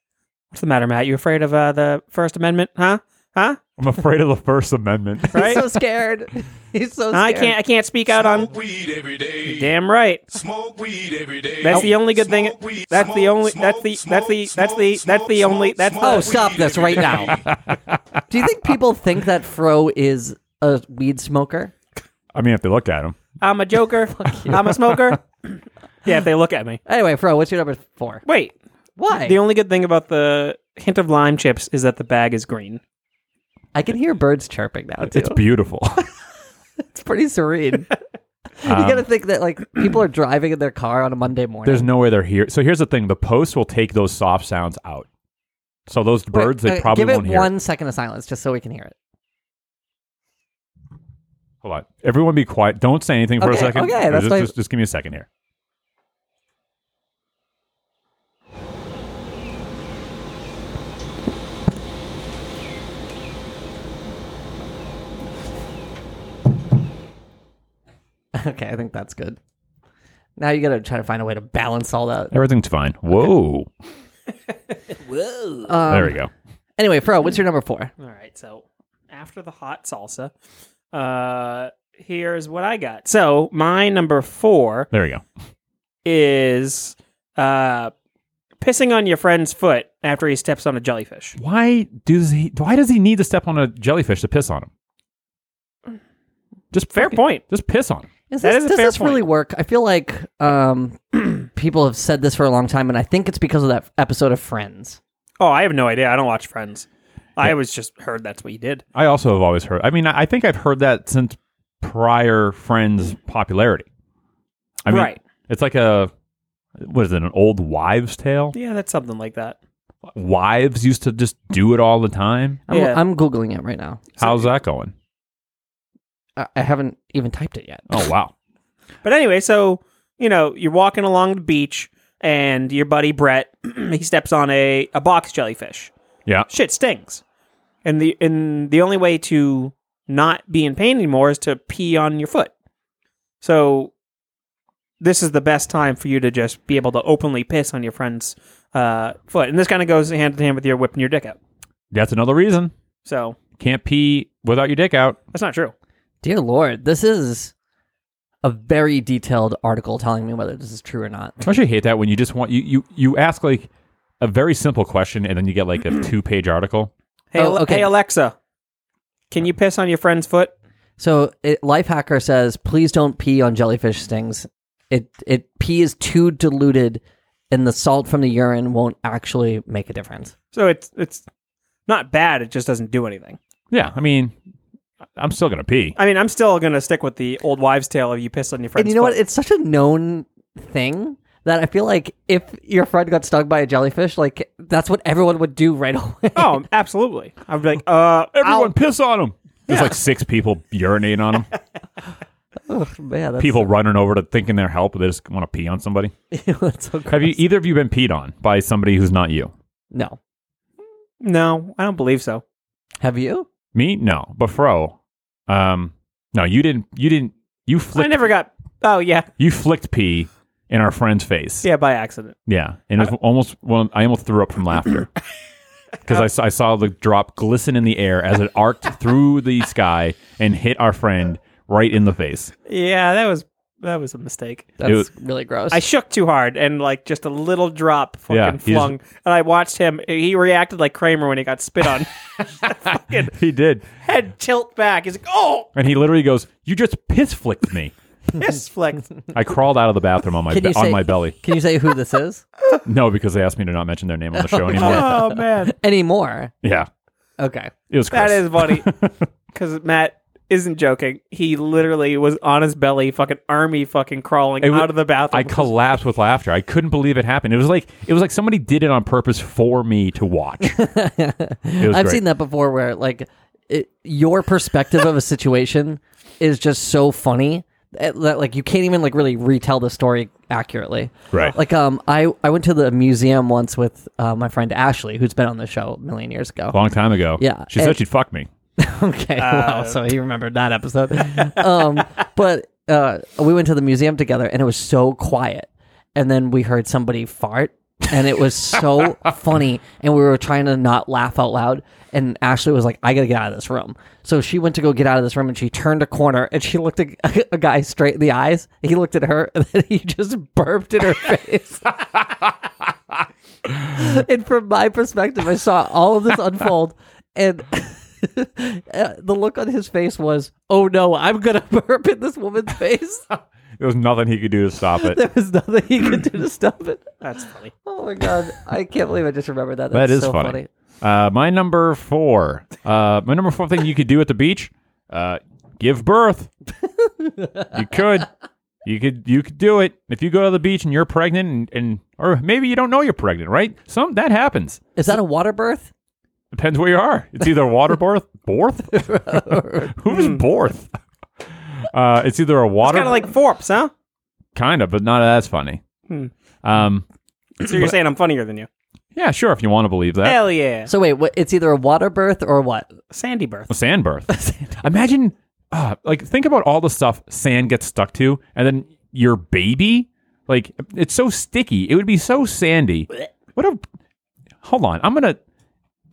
[SPEAKER 1] what's the matter, Matt? You afraid of uh, the First Amendment? Huh? Huh?
[SPEAKER 2] I'm afraid of the First Amendment.
[SPEAKER 1] Right?
[SPEAKER 3] He's so scared. He's so.
[SPEAKER 1] I
[SPEAKER 3] scared.
[SPEAKER 1] can't. I can't speak out on.
[SPEAKER 4] Smoke weed every day.
[SPEAKER 1] Damn right.
[SPEAKER 4] Smoke weed every day.
[SPEAKER 1] That's the only good thing-
[SPEAKER 4] Smoke weed,
[SPEAKER 1] that's the
[SPEAKER 4] smoke,
[SPEAKER 1] only- that's the- that's the- that's the- that's the only- that's the-
[SPEAKER 3] Oh, stop
[SPEAKER 4] weed
[SPEAKER 3] this
[SPEAKER 4] every
[SPEAKER 3] right
[SPEAKER 4] day.
[SPEAKER 3] now. Do you think people think that Fro is a weed smoker?
[SPEAKER 2] I mean, if they look at him,
[SPEAKER 1] I'm a joker. I'm a smoker. yeah, if they look at me.
[SPEAKER 3] Anyway, Fro, what's your number four?
[SPEAKER 1] Wait.
[SPEAKER 3] Why?
[SPEAKER 1] The only good thing about the hint of lime chips is that the bag is green.
[SPEAKER 3] I can hear birds chirping now too.
[SPEAKER 2] it's
[SPEAKER 3] It's,
[SPEAKER 2] beautiful.
[SPEAKER 3] pretty serene. you got to think that like people are driving in their car on a Monday morning.
[SPEAKER 2] Um, There's no way they're here. So here's the thing: the posts will take those soft sounds out. So those
[SPEAKER 3] Wait,
[SPEAKER 2] birds, they
[SPEAKER 3] okay,
[SPEAKER 2] probably
[SPEAKER 3] give it
[SPEAKER 2] won't hear.
[SPEAKER 3] one second of silence just so we can hear it.
[SPEAKER 2] Hold on, everyone, be quiet. Don't say anything for a
[SPEAKER 3] Okay,
[SPEAKER 2] second.
[SPEAKER 3] okay, that's
[SPEAKER 2] just,
[SPEAKER 3] why-
[SPEAKER 2] just, just give me a second here.
[SPEAKER 3] Okay, I think that's good. Now you got to try to find a way to balance all that.
[SPEAKER 2] Everything's fine. Whoa,
[SPEAKER 3] Um,
[SPEAKER 2] there we go.
[SPEAKER 3] Anyway, Fro, what's your number four?
[SPEAKER 1] All right, so after the hot salsa, uh, here's what I got. So my number four
[SPEAKER 2] There we go.
[SPEAKER 1] is uh, pissing on your friend's foot after he steps on a jellyfish.
[SPEAKER 2] Why does he? Why does he need to step on a jellyfish to piss on him? Just
[SPEAKER 1] Fair
[SPEAKER 2] fucking-
[SPEAKER 1] point.
[SPEAKER 2] Just piss on him.
[SPEAKER 3] Is
[SPEAKER 1] That
[SPEAKER 3] this,
[SPEAKER 1] is a
[SPEAKER 3] does
[SPEAKER 1] fair
[SPEAKER 3] this really work? I feel like um, people have said this for a long time, and I think it's because of that episode of Friends.
[SPEAKER 1] Oh, I have no idea. I don't watch Friends. I was just heard that's what you did.
[SPEAKER 2] I also have always heard. I mean, I I think I've heard that since prior Friends' popularity. I mean,
[SPEAKER 1] Right.
[SPEAKER 2] It's like a what is it? An old wives' tale.
[SPEAKER 1] Yeah, that's something like that.
[SPEAKER 2] Wives used to just do it all the time.
[SPEAKER 3] I'm,
[SPEAKER 1] Yeah.
[SPEAKER 3] I'm googling it right now.
[SPEAKER 2] How's that going?
[SPEAKER 3] I, I haven't even typed it yet.
[SPEAKER 2] Oh wow.
[SPEAKER 1] But anyway, so you know, you're walking along the beach, and your buddy Brett he steps on a, a box jellyfish.
[SPEAKER 2] Yeah.
[SPEAKER 1] Shit stings, and the and the only way to not be in pain anymore is to pee on your foot. So this is the best time for you to just be able to openly piss on your friend's uh, foot, and this kind of goes hand in hand with your whipping your dick out.
[SPEAKER 2] That's another reason.
[SPEAKER 1] So
[SPEAKER 2] Can't pee without your dick out.
[SPEAKER 1] that's not true.
[SPEAKER 3] Dear Lord, this is a very detailed article telling me whether this is true or not.
[SPEAKER 2] Don't you hate that when you just want you you you ask like a very simple question and then you get like a two page article?
[SPEAKER 1] Hey,
[SPEAKER 3] Oh,
[SPEAKER 1] Ale-
[SPEAKER 3] okay.
[SPEAKER 1] hey Alexa, can you piss on your friend's foot?
[SPEAKER 3] So, it, Lifehacker says, please don't pee on jellyfish stings. It it pee is too diluted, and the salt from the urine won't actually make a difference.
[SPEAKER 1] So it's it's not bad. It just doesn't do anything.
[SPEAKER 2] Yeah. I mean, I'm still gonna pee.
[SPEAKER 1] I mean, I'm still gonna stick with the old wives' tale of you piss on your friend's.
[SPEAKER 3] and you know what?
[SPEAKER 1] foot.
[SPEAKER 3] It's such a known thing that I feel like if your friend got stung by a jellyfish, like that's what everyone would do right away.
[SPEAKER 1] oh, absolutely. I'd be like, uh,
[SPEAKER 2] Everyone
[SPEAKER 1] I'll-
[SPEAKER 2] piss on him. There's like six people urinating on him.
[SPEAKER 3] Oh, man, that's,
[SPEAKER 2] people running over to thinking they're help, but they just want to pee on somebody.
[SPEAKER 3] that's so
[SPEAKER 2] Have you
[SPEAKER 3] gross.
[SPEAKER 2] either of you been peed on by somebody who's not you?
[SPEAKER 3] No,
[SPEAKER 1] no, I don't believe so.
[SPEAKER 3] have you?
[SPEAKER 2] Me? No. But Fro, um, no, you didn't. You didn't. You
[SPEAKER 1] I
[SPEAKER 2] flicked.
[SPEAKER 1] never got. Oh yeah,
[SPEAKER 2] you flicked pee in our friend's face.
[SPEAKER 1] yeah, by accident.
[SPEAKER 2] Yeah, and it was almost well, I almost threw up from laughter because I, saw- I saw the drop glisten in the air as it arced through the sky and hit our friend right in the face.
[SPEAKER 1] Yeah, that was that was a mistake.
[SPEAKER 3] That's really gross.
[SPEAKER 1] I shook too hard and like just a little drop fucking
[SPEAKER 2] Yeah, he's-
[SPEAKER 1] flung, and I watched him. He reacted like Kramer when he got spit on. fucking
[SPEAKER 2] He did,
[SPEAKER 1] head tilt back. He's like, oh,
[SPEAKER 2] and he literally goes, "You just piss flicked me."
[SPEAKER 1] piss flicked.
[SPEAKER 2] I crawled out of the bathroom on my
[SPEAKER 3] Can
[SPEAKER 2] be-
[SPEAKER 3] you
[SPEAKER 2] on
[SPEAKER 3] say-
[SPEAKER 2] my belly.
[SPEAKER 3] Can you say who this is
[SPEAKER 2] No, because they asked me to not mention their name on the show anymore.
[SPEAKER 1] oh man.
[SPEAKER 3] anymore?
[SPEAKER 2] yeah,
[SPEAKER 3] Okay,
[SPEAKER 2] it was. Gross.
[SPEAKER 1] That is funny. Because Matt, isn't joking. He literally was on his belly, fucking army, fucking crawling
[SPEAKER 2] It wa-
[SPEAKER 1] out of the bathroom.
[SPEAKER 2] I collapsed with laughter. I couldn't believe it happened. It was like it was like somebody did it on purpose for me to watch. It was
[SPEAKER 3] I've
[SPEAKER 2] great.
[SPEAKER 3] seen that before where like it, your perspective of a situation is just so funny that that, like you can't even like really retell the story accurately.
[SPEAKER 2] Right.
[SPEAKER 3] Like um I I went to the museum once with uh, my friend Ashley who's been on the show a million years ago.
[SPEAKER 2] a long time ago.
[SPEAKER 3] Yeah,
[SPEAKER 2] she
[SPEAKER 3] and-
[SPEAKER 2] said she'd fuck me.
[SPEAKER 3] okay. wow. So he remembered that episode. um, but uh, we went to the museum together and it was so quiet. And then we heard somebody fart and it was so funny. And we were trying to not laugh out loud. And Ashley was like, I got to get out of this room. So she went to go get out of this room and she turned a corner and she looked a, a guy straight in the eyes. He looked at her and then he just burped in her face. and from my perspective, I saw all of this unfold, and uh, the look on his face was, "Oh no, I'm gonna burp in this woman's face."
[SPEAKER 2] There was nothing he could do to stop it.
[SPEAKER 3] there was nothing he could do to stop it.
[SPEAKER 1] That's funny.
[SPEAKER 3] Oh my god, I can't believe I just remembered that. That's
[SPEAKER 2] That is
[SPEAKER 3] so funny.
[SPEAKER 2] funny. Uh, my number four. Uh, my number four thing you could do at the beach: uh, give birth. you could, you could, you could do it if you go to the beach and you're pregnant, and, and or maybe you don't know you're pregnant, right? Some that happens.
[SPEAKER 3] Is that a water birth?
[SPEAKER 2] Depends where you are. It's either water birth, birth. Who's birth? Uh, Hmm. it's either a water,
[SPEAKER 1] Kind of like Forbes, huh?
[SPEAKER 2] kind of, but not as funny. Um,
[SPEAKER 1] So you're saying I'm funnier than you?
[SPEAKER 2] yeah, sure, if you want to believe that.
[SPEAKER 1] Hell yeah.
[SPEAKER 3] So wait, what, it's either a water birth or what?
[SPEAKER 1] Sandy birth.
[SPEAKER 2] A sand birth. Imagine, uh, like, think about all the stuff sand gets stuck to, and then your baby, like, it's so sticky. It would be so sandy. What a. Hold on, I'm gonna,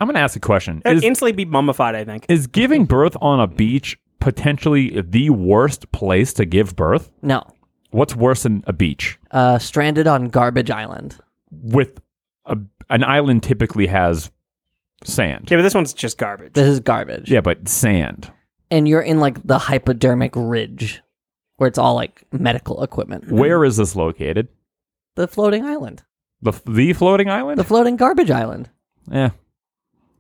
[SPEAKER 2] I'm gonna ask a question.
[SPEAKER 1] That'd
[SPEAKER 2] Is
[SPEAKER 1] instantly be mummified, I think.
[SPEAKER 2] is giving birth on a beach potentially the worst place to give birth?
[SPEAKER 3] No,
[SPEAKER 2] What's worse than a beach
[SPEAKER 3] uh, stranded on garbage island.
[SPEAKER 2] with a, an island typically has sand?
[SPEAKER 1] Yeah, but this one's just garbage.
[SPEAKER 3] This is garbage.
[SPEAKER 2] Yeah, but sand.
[SPEAKER 3] And you're in like the hypodermic ridge, where it's all like medical equipment.
[SPEAKER 2] Where is this located?
[SPEAKER 3] The floating island.
[SPEAKER 2] The the floating island?
[SPEAKER 3] The floating garbage island.
[SPEAKER 2] yeah.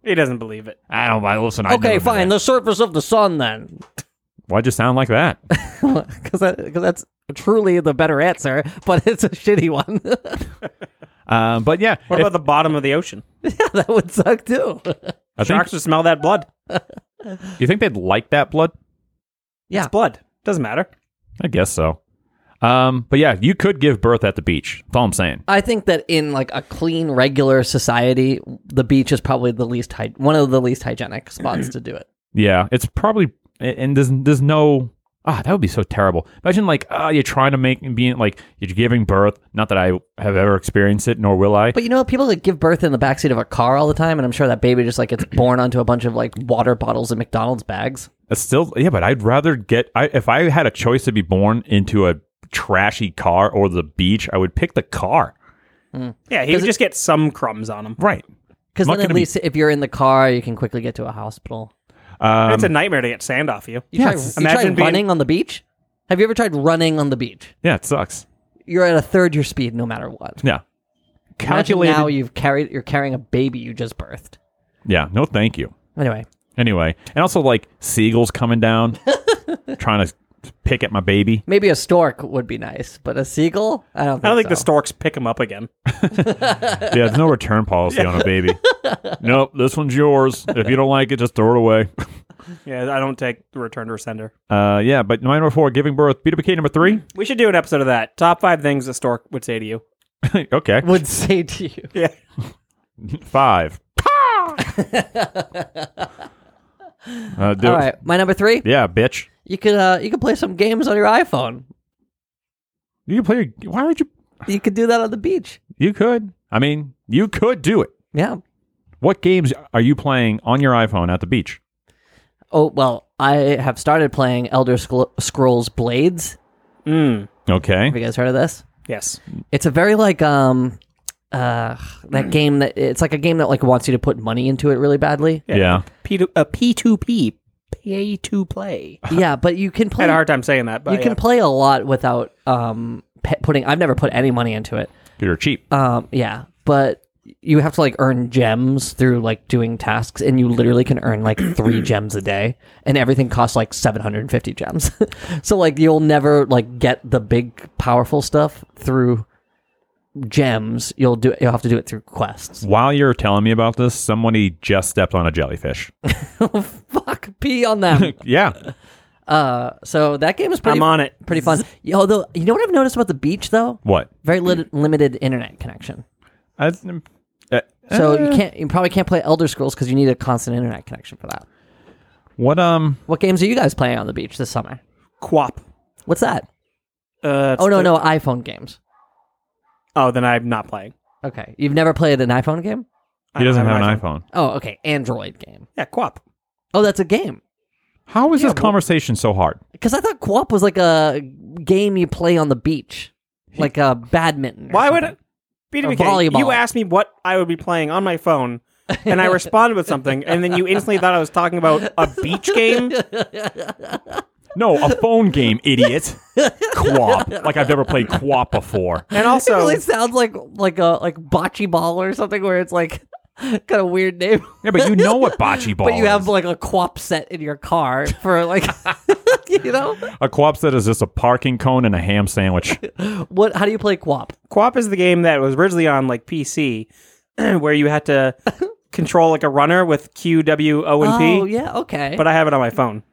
[SPEAKER 1] He doesn't believe it.
[SPEAKER 2] I don't. I listen. I
[SPEAKER 3] Okay,
[SPEAKER 2] never
[SPEAKER 3] fine.
[SPEAKER 2] did that.
[SPEAKER 3] The surface of the sun, then,
[SPEAKER 2] Why'd you sound like that?
[SPEAKER 3] because that's truly the better answer, but it's a shitty one.
[SPEAKER 2] um, but yeah,
[SPEAKER 1] What
[SPEAKER 2] if-
[SPEAKER 1] about the bottom of the ocean?
[SPEAKER 3] that would suck too.
[SPEAKER 2] I think,
[SPEAKER 1] Sharks would smell that blood.
[SPEAKER 2] you think they'd like that blood?
[SPEAKER 3] Yeah.
[SPEAKER 1] It's blood. Doesn't matter.
[SPEAKER 2] I guess so. Um, but yeah, you could give birth at the beach. That's all I'm saying.
[SPEAKER 3] I think that in like a clean, regular society, the beach is probably the least hy- one of the least hygienic spots to do it.
[SPEAKER 2] Yeah, it's probably and- and there's there's no ah that would be so terrible. Imagine like ah you're trying to make being like you're giving birth. Not that I have ever experienced it, nor will I.
[SPEAKER 3] But you know, people that give birth in the backseat of a car all the time, and I'm sure that baby just like gets born onto a bunch of like water bottles and McDonald's bags.
[SPEAKER 2] It's still yeah, but I'd rather get I if I had a choice to be born into a trashy car or the beach, I would pick the car.
[SPEAKER 1] Yeah, he would just get some crumbs on him.
[SPEAKER 2] Right.
[SPEAKER 3] Because
[SPEAKER 2] Not
[SPEAKER 3] then at
[SPEAKER 2] gonna be-
[SPEAKER 3] least if you're in the car, you can quickly get to a hospital.
[SPEAKER 2] Um,
[SPEAKER 1] it's a nightmare to get sand off you.
[SPEAKER 3] You try,
[SPEAKER 2] Yes.
[SPEAKER 3] you try
[SPEAKER 1] Imagine being-
[SPEAKER 3] running on the beach. Have you ever tried running on the beach?
[SPEAKER 2] yeah, it sucks.
[SPEAKER 3] You're at a third your speed, no matter what.
[SPEAKER 2] Yeah.
[SPEAKER 3] Imagine
[SPEAKER 2] Calculated.
[SPEAKER 3] now you've carried you're carrying a baby you just birthed.
[SPEAKER 2] yeah. No, thank you.
[SPEAKER 3] Anyway,
[SPEAKER 2] Anyway, and also like seagulls coming down, trying to pick at my baby.
[SPEAKER 3] maybe a stork would be nice, but a seagull? I don't think
[SPEAKER 1] I don't think the
[SPEAKER 3] so.
[SPEAKER 1] storks pick him up again.
[SPEAKER 2] Yeah, there's no return policy on a baby. nope, this one's yours. If you don't like it, just throw it away.
[SPEAKER 1] Yeah, I don't take the return to sender.
[SPEAKER 2] Uh, yeah, but my number four, giving birth. BWK number three.
[SPEAKER 1] We should do an episode of that. Top five things a stork would say to you.
[SPEAKER 2] okay,
[SPEAKER 3] would say to you.
[SPEAKER 1] Yeah.
[SPEAKER 2] five. uh, do
[SPEAKER 3] All
[SPEAKER 2] it.
[SPEAKER 3] right, my number 3.
[SPEAKER 2] Yeah, bitch.
[SPEAKER 3] You could uh you could play some games on your iPhone.
[SPEAKER 2] You can play. Why would you?
[SPEAKER 3] You could do that on the beach.
[SPEAKER 2] You could. I mean, you could do it.
[SPEAKER 3] Yeah.
[SPEAKER 2] What games are you playing on your iPhone at the beach?
[SPEAKER 3] Oh, well, I have started playing Elder Scro- Scrolls Blades.
[SPEAKER 1] Mm.
[SPEAKER 2] Okay.
[SPEAKER 3] Have you guys heard of this?
[SPEAKER 1] Yes.
[SPEAKER 3] It's a very like um uh that game that it's like a game that like wants you to put money into it really badly.
[SPEAKER 2] yeah.
[SPEAKER 1] P to,
[SPEAKER 3] uh,
[SPEAKER 1] a P2P. Pay to play. I
[SPEAKER 3] Yeah, but you can play
[SPEAKER 1] had a hard time saying that, but
[SPEAKER 3] you
[SPEAKER 1] yeah.
[SPEAKER 3] can play a lot without um pe- putting i've never put any money into it
[SPEAKER 2] You're cheap.
[SPEAKER 3] um yeah but you have to like earn gems through like doing tasks, and you literally can earn like three gems a day, and everything costs like seven hundred and fifty gems. so like you'll never like get the big powerful stuff through gems. You'll do you'll have to do it through quests.
[SPEAKER 2] While you're telling me about this, somebody just stepped on a jellyfish.
[SPEAKER 3] Fuck, pee on them.
[SPEAKER 2] yeah.
[SPEAKER 3] so that game is pretty.
[SPEAKER 1] I'm on it.
[SPEAKER 3] Pretty fun. Although you know what I've noticed about the beach though,
[SPEAKER 2] What?
[SPEAKER 3] very lit- limited internet connection.
[SPEAKER 2] I, uh,
[SPEAKER 3] So you can't, you probably can't play Elder Scrolls because you need a constant internet connection for that.
[SPEAKER 2] what? Um.
[SPEAKER 3] What games are you guys playing on the beach this summer?
[SPEAKER 1] Quap.
[SPEAKER 3] What's that?
[SPEAKER 1] Uh, it's
[SPEAKER 3] Oh no,
[SPEAKER 1] the-
[SPEAKER 3] no iPhone games.
[SPEAKER 1] Oh, then I'm not playing.
[SPEAKER 3] Okay, you've never played an iPhone game?
[SPEAKER 2] He doesn't
[SPEAKER 1] I
[SPEAKER 2] have an
[SPEAKER 1] don't have
[SPEAKER 2] iPhone.
[SPEAKER 3] Oh, okay, Android game.
[SPEAKER 1] Yeah, Quap.
[SPEAKER 3] Oh, that's a game.
[SPEAKER 2] How is this conversation so hard?
[SPEAKER 3] Because I thought Quap was like a game you play on the beach, like a badminton. or
[SPEAKER 1] Why would
[SPEAKER 3] something.
[SPEAKER 1] it? BWK,
[SPEAKER 3] volleyball.
[SPEAKER 1] you asked me what I would be playing on my phone, and I responded with something, and then you instantly thought I was talking about a beach game.
[SPEAKER 2] No, a phone game, idiot. Quap. Like I've never played Quap before.
[SPEAKER 1] And
[SPEAKER 3] It
[SPEAKER 1] also,
[SPEAKER 3] really sounds like like a like bocce ball or something where it's like got a weird name.
[SPEAKER 2] Yeah, but you know what bocce ball
[SPEAKER 3] But you have
[SPEAKER 2] is.
[SPEAKER 3] like a quap set in your car for like, you know,
[SPEAKER 2] a Quap set is just a parking cone and a ham sandwich.
[SPEAKER 3] what? How do you play quap?
[SPEAKER 1] Quap is the game that was originally on like PC, where you had to control like a runner with Q, W, O, and P.
[SPEAKER 3] Oh yeah, okay,
[SPEAKER 1] But I have it on my phone.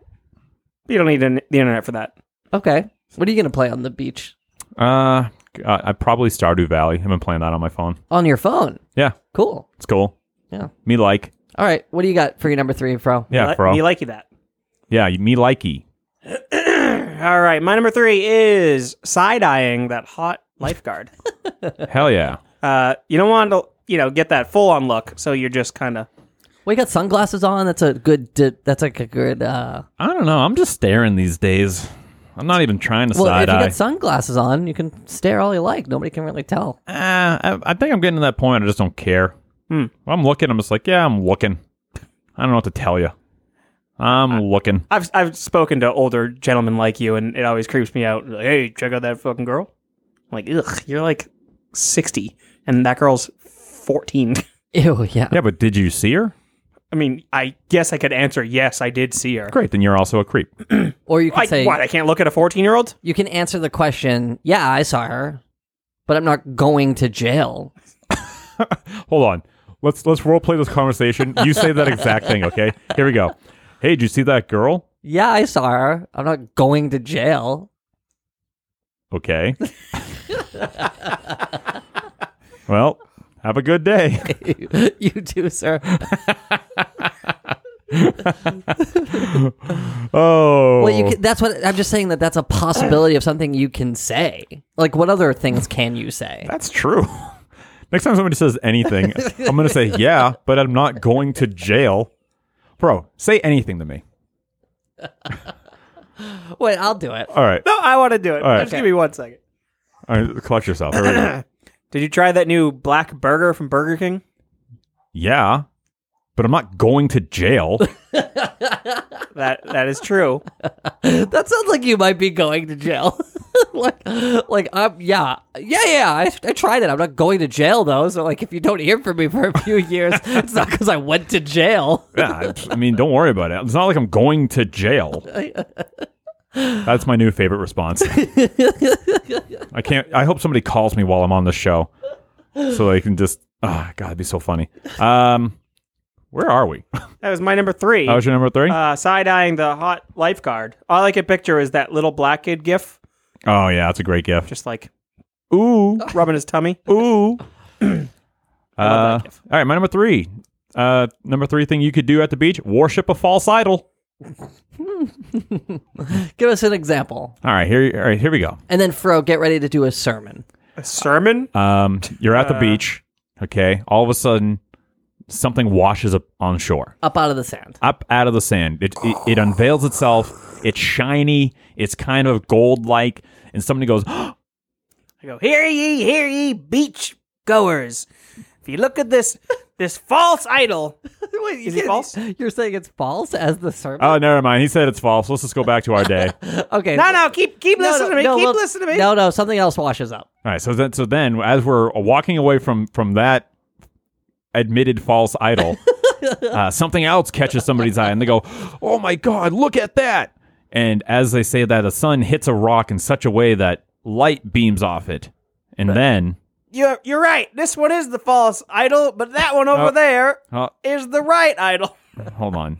[SPEAKER 1] You don't need an- the internet for that.
[SPEAKER 3] okay. What are you gonna play on the beach
[SPEAKER 2] Uh, I I probably Stardew Valley. I've been playing that on my phone.
[SPEAKER 3] on your phone?
[SPEAKER 2] Yeah,
[SPEAKER 3] Cool.
[SPEAKER 2] it's cool.
[SPEAKER 3] Yeah.
[SPEAKER 2] Me like.
[SPEAKER 3] All right. What do you got for your number three, bro?
[SPEAKER 2] Yeah,
[SPEAKER 1] Li-
[SPEAKER 2] bro.
[SPEAKER 1] Me like you that.
[SPEAKER 2] yeah, me likey.
[SPEAKER 1] All right, my number three is side eyeing that hot lifeguard.
[SPEAKER 2] Hell yeah.
[SPEAKER 1] uh, you don't want to, you know, get that full on look, so you're just kind of.
[SPEAKER 3] Well, you got sunglasses on. That's a good. Di- that's like a good. uh
[SPEAKER 2] I don't know. I'm just staring these days. I'm not even trying to
[SPEAKER 3] Well,
[SPEAKER 2] side
[SPEAKER 3] if you
[SPEAKER 2] eye.
[SPEAKER 3] got sunglasses on, you can stare all you like. Nobody can really tell.
[SPEAKER 2] Uh, I, I think I'm getting to that point. I just don't care.
[SPEAKER 3] Hmm.
[SPEAKER 2] When I'm looking. I'm just like, yeah, I'm looking. I don't know what to tell you. I'm looking.
[SPEAKER 1] I've I've spoken to older gentlemen like you, and it always creeps me out. Like, hey, check out that fucking girl. I'm like, ugh, you're like sixty, and that girl's fourteen.
[SPEAKER 3] Ew. Yeah.
[SPEAKER 2] Yeah, but did you see her?
[SPEAKER 1] I mean, I guess I could answer yes. I did see her.
[SPEAKER 2] Great. Then you're also a creep.
[SPEAKER 3] Or you
[SPEAKER 1] I,
[SPEAKER 3] could say
[SPEAKER 1] what? I can't look at a fourteen-year-old.
[SPEAKER 3] you can answer the question. Yeah, I saw her, but I'm not going to jail.
[SPEAKER 2] Hold on. Let's let's role play this conversation. You say that exact thing, okay? Here we go. Hey, did you see that girl?
[SPEAKER 3] Yeah, I saw her. I'm not going to jail.
[SPEAKER 2] Okay. well, have a good day.
[SPEAKER 3] you too, sir.
[SPEAKER 2] Oh,
[SPEAKER 3] Well, you can, that's what I'm just saying that that's a possibility of something you can say. Like, what other things can you say?
[SPEAKER 2] that's true. Next time somebody says anything, I'm going to say, yeah, but I'm not going to jail. Bro, say anything to me.
[SPEAKER 3] Wait, I'll do it.
[SPEAKER 2] All right.
[SPEAKER 1] No, I want to do it.
[SPEAKER 2] right.
[SPEAKER 1] Just give me one second.
[SPEAKER 2] All right collect yourself. Here we go.
[SPEAKER 1] Did you try that new black burger from Burger King?
[SPEAKER 2] yeah, but I'm not going to jail.
[SPEAKER 1] That that is true.
[SPEAKER 3] That sounds like you might be going to jail. like, like, um, yeah, yeah, yeah. I, I tried it. I'm not going to jail though. So, like, if you don't hear from me for a few years, it's not because I went to jail.
[SPEAKER 2] yeah, I- I mean, don't worry about it. It's not like I'm going to jail. That's my new favorite response. I can't. I hope somebody calls me while I'm on the show, so they can just. Oh, God, it'd be so funny. Um, where are we?
[SPEAKER 1] That was my number three.
[SPEAKER 2] That was your number three.
[SPEAKER 1] uh, side eyeing the hot lifeguard. All I can picture is that little black kid gif,
[SPEAKER 2] oh yeah, that's a great gift.
[SPEAKER 1] just like
[SPEAKER 2] Ooh,
[SPEAKER 1] rubbing his tummy.
[SPEAKER 2] ooh. Uh,
[SPEAKER 1] love
[SPEAKER 2] all
[SPEAKER 1] that gift.
[SPEAKER 2] right, my number three. Uh, number three thing you could do at the beach: worship a false idol.
[SPEAKER 3] Give us an example,
[SPEAKER 2] All right, here. All right, here we go.
[SPEAKER 3] and then Fro, get ready to do a sermon.
[SPEAKER 1] A sermon?
[SPEAKER 2] Um, you're at the
[SPEAKER 1] Uh,
[SPEAKER 2] beach, okay? All of a sudden, something washes up on shore,
[SPEAKER 3] Up out of the sand.
[SPEAKER 2] up out of the sand. It it, it unveils itself. It's shiny. It's kind of gold like, and somebody goes,
[SPEAKER 1] I go, hear ye, hear ye, beach goers. If you look at this this false idol,
[SPEAKER 3] Wait,
[SPEAKER 1] Is it false? Uh,
[SPEAKER 3] You're saying it's false as the sermon?
[SPEAKER 2] "Oh, never mind." He said it's false. Let's just go back to our day. All
[SPEAKER 3] okay.
[SPEAKER 1] no, no, keep keep listening to me, keep
[SPEAKER 3] look-
[SPEAKER 1] listening to me.
[SPEAKER 3] No, no, something else washes up.
[SPEAKER 2] right. So then, so then, as we're walking away from from that admitted false idol, uh, something else catches somebody's eye and they go, "Oh my god, look at that!" And as they say that, a sun hits a rock in such a way that light beams off it, and then
[SPEAKER 1] You're, you're right. This one is the false idol, but that one over
[SPEAKER 2] Oh.
[SPEAKER 1] there
[SPEAKER 2] oh,
[SPEAKER 1] is the right idol.
[SPEAKER 2] hold on,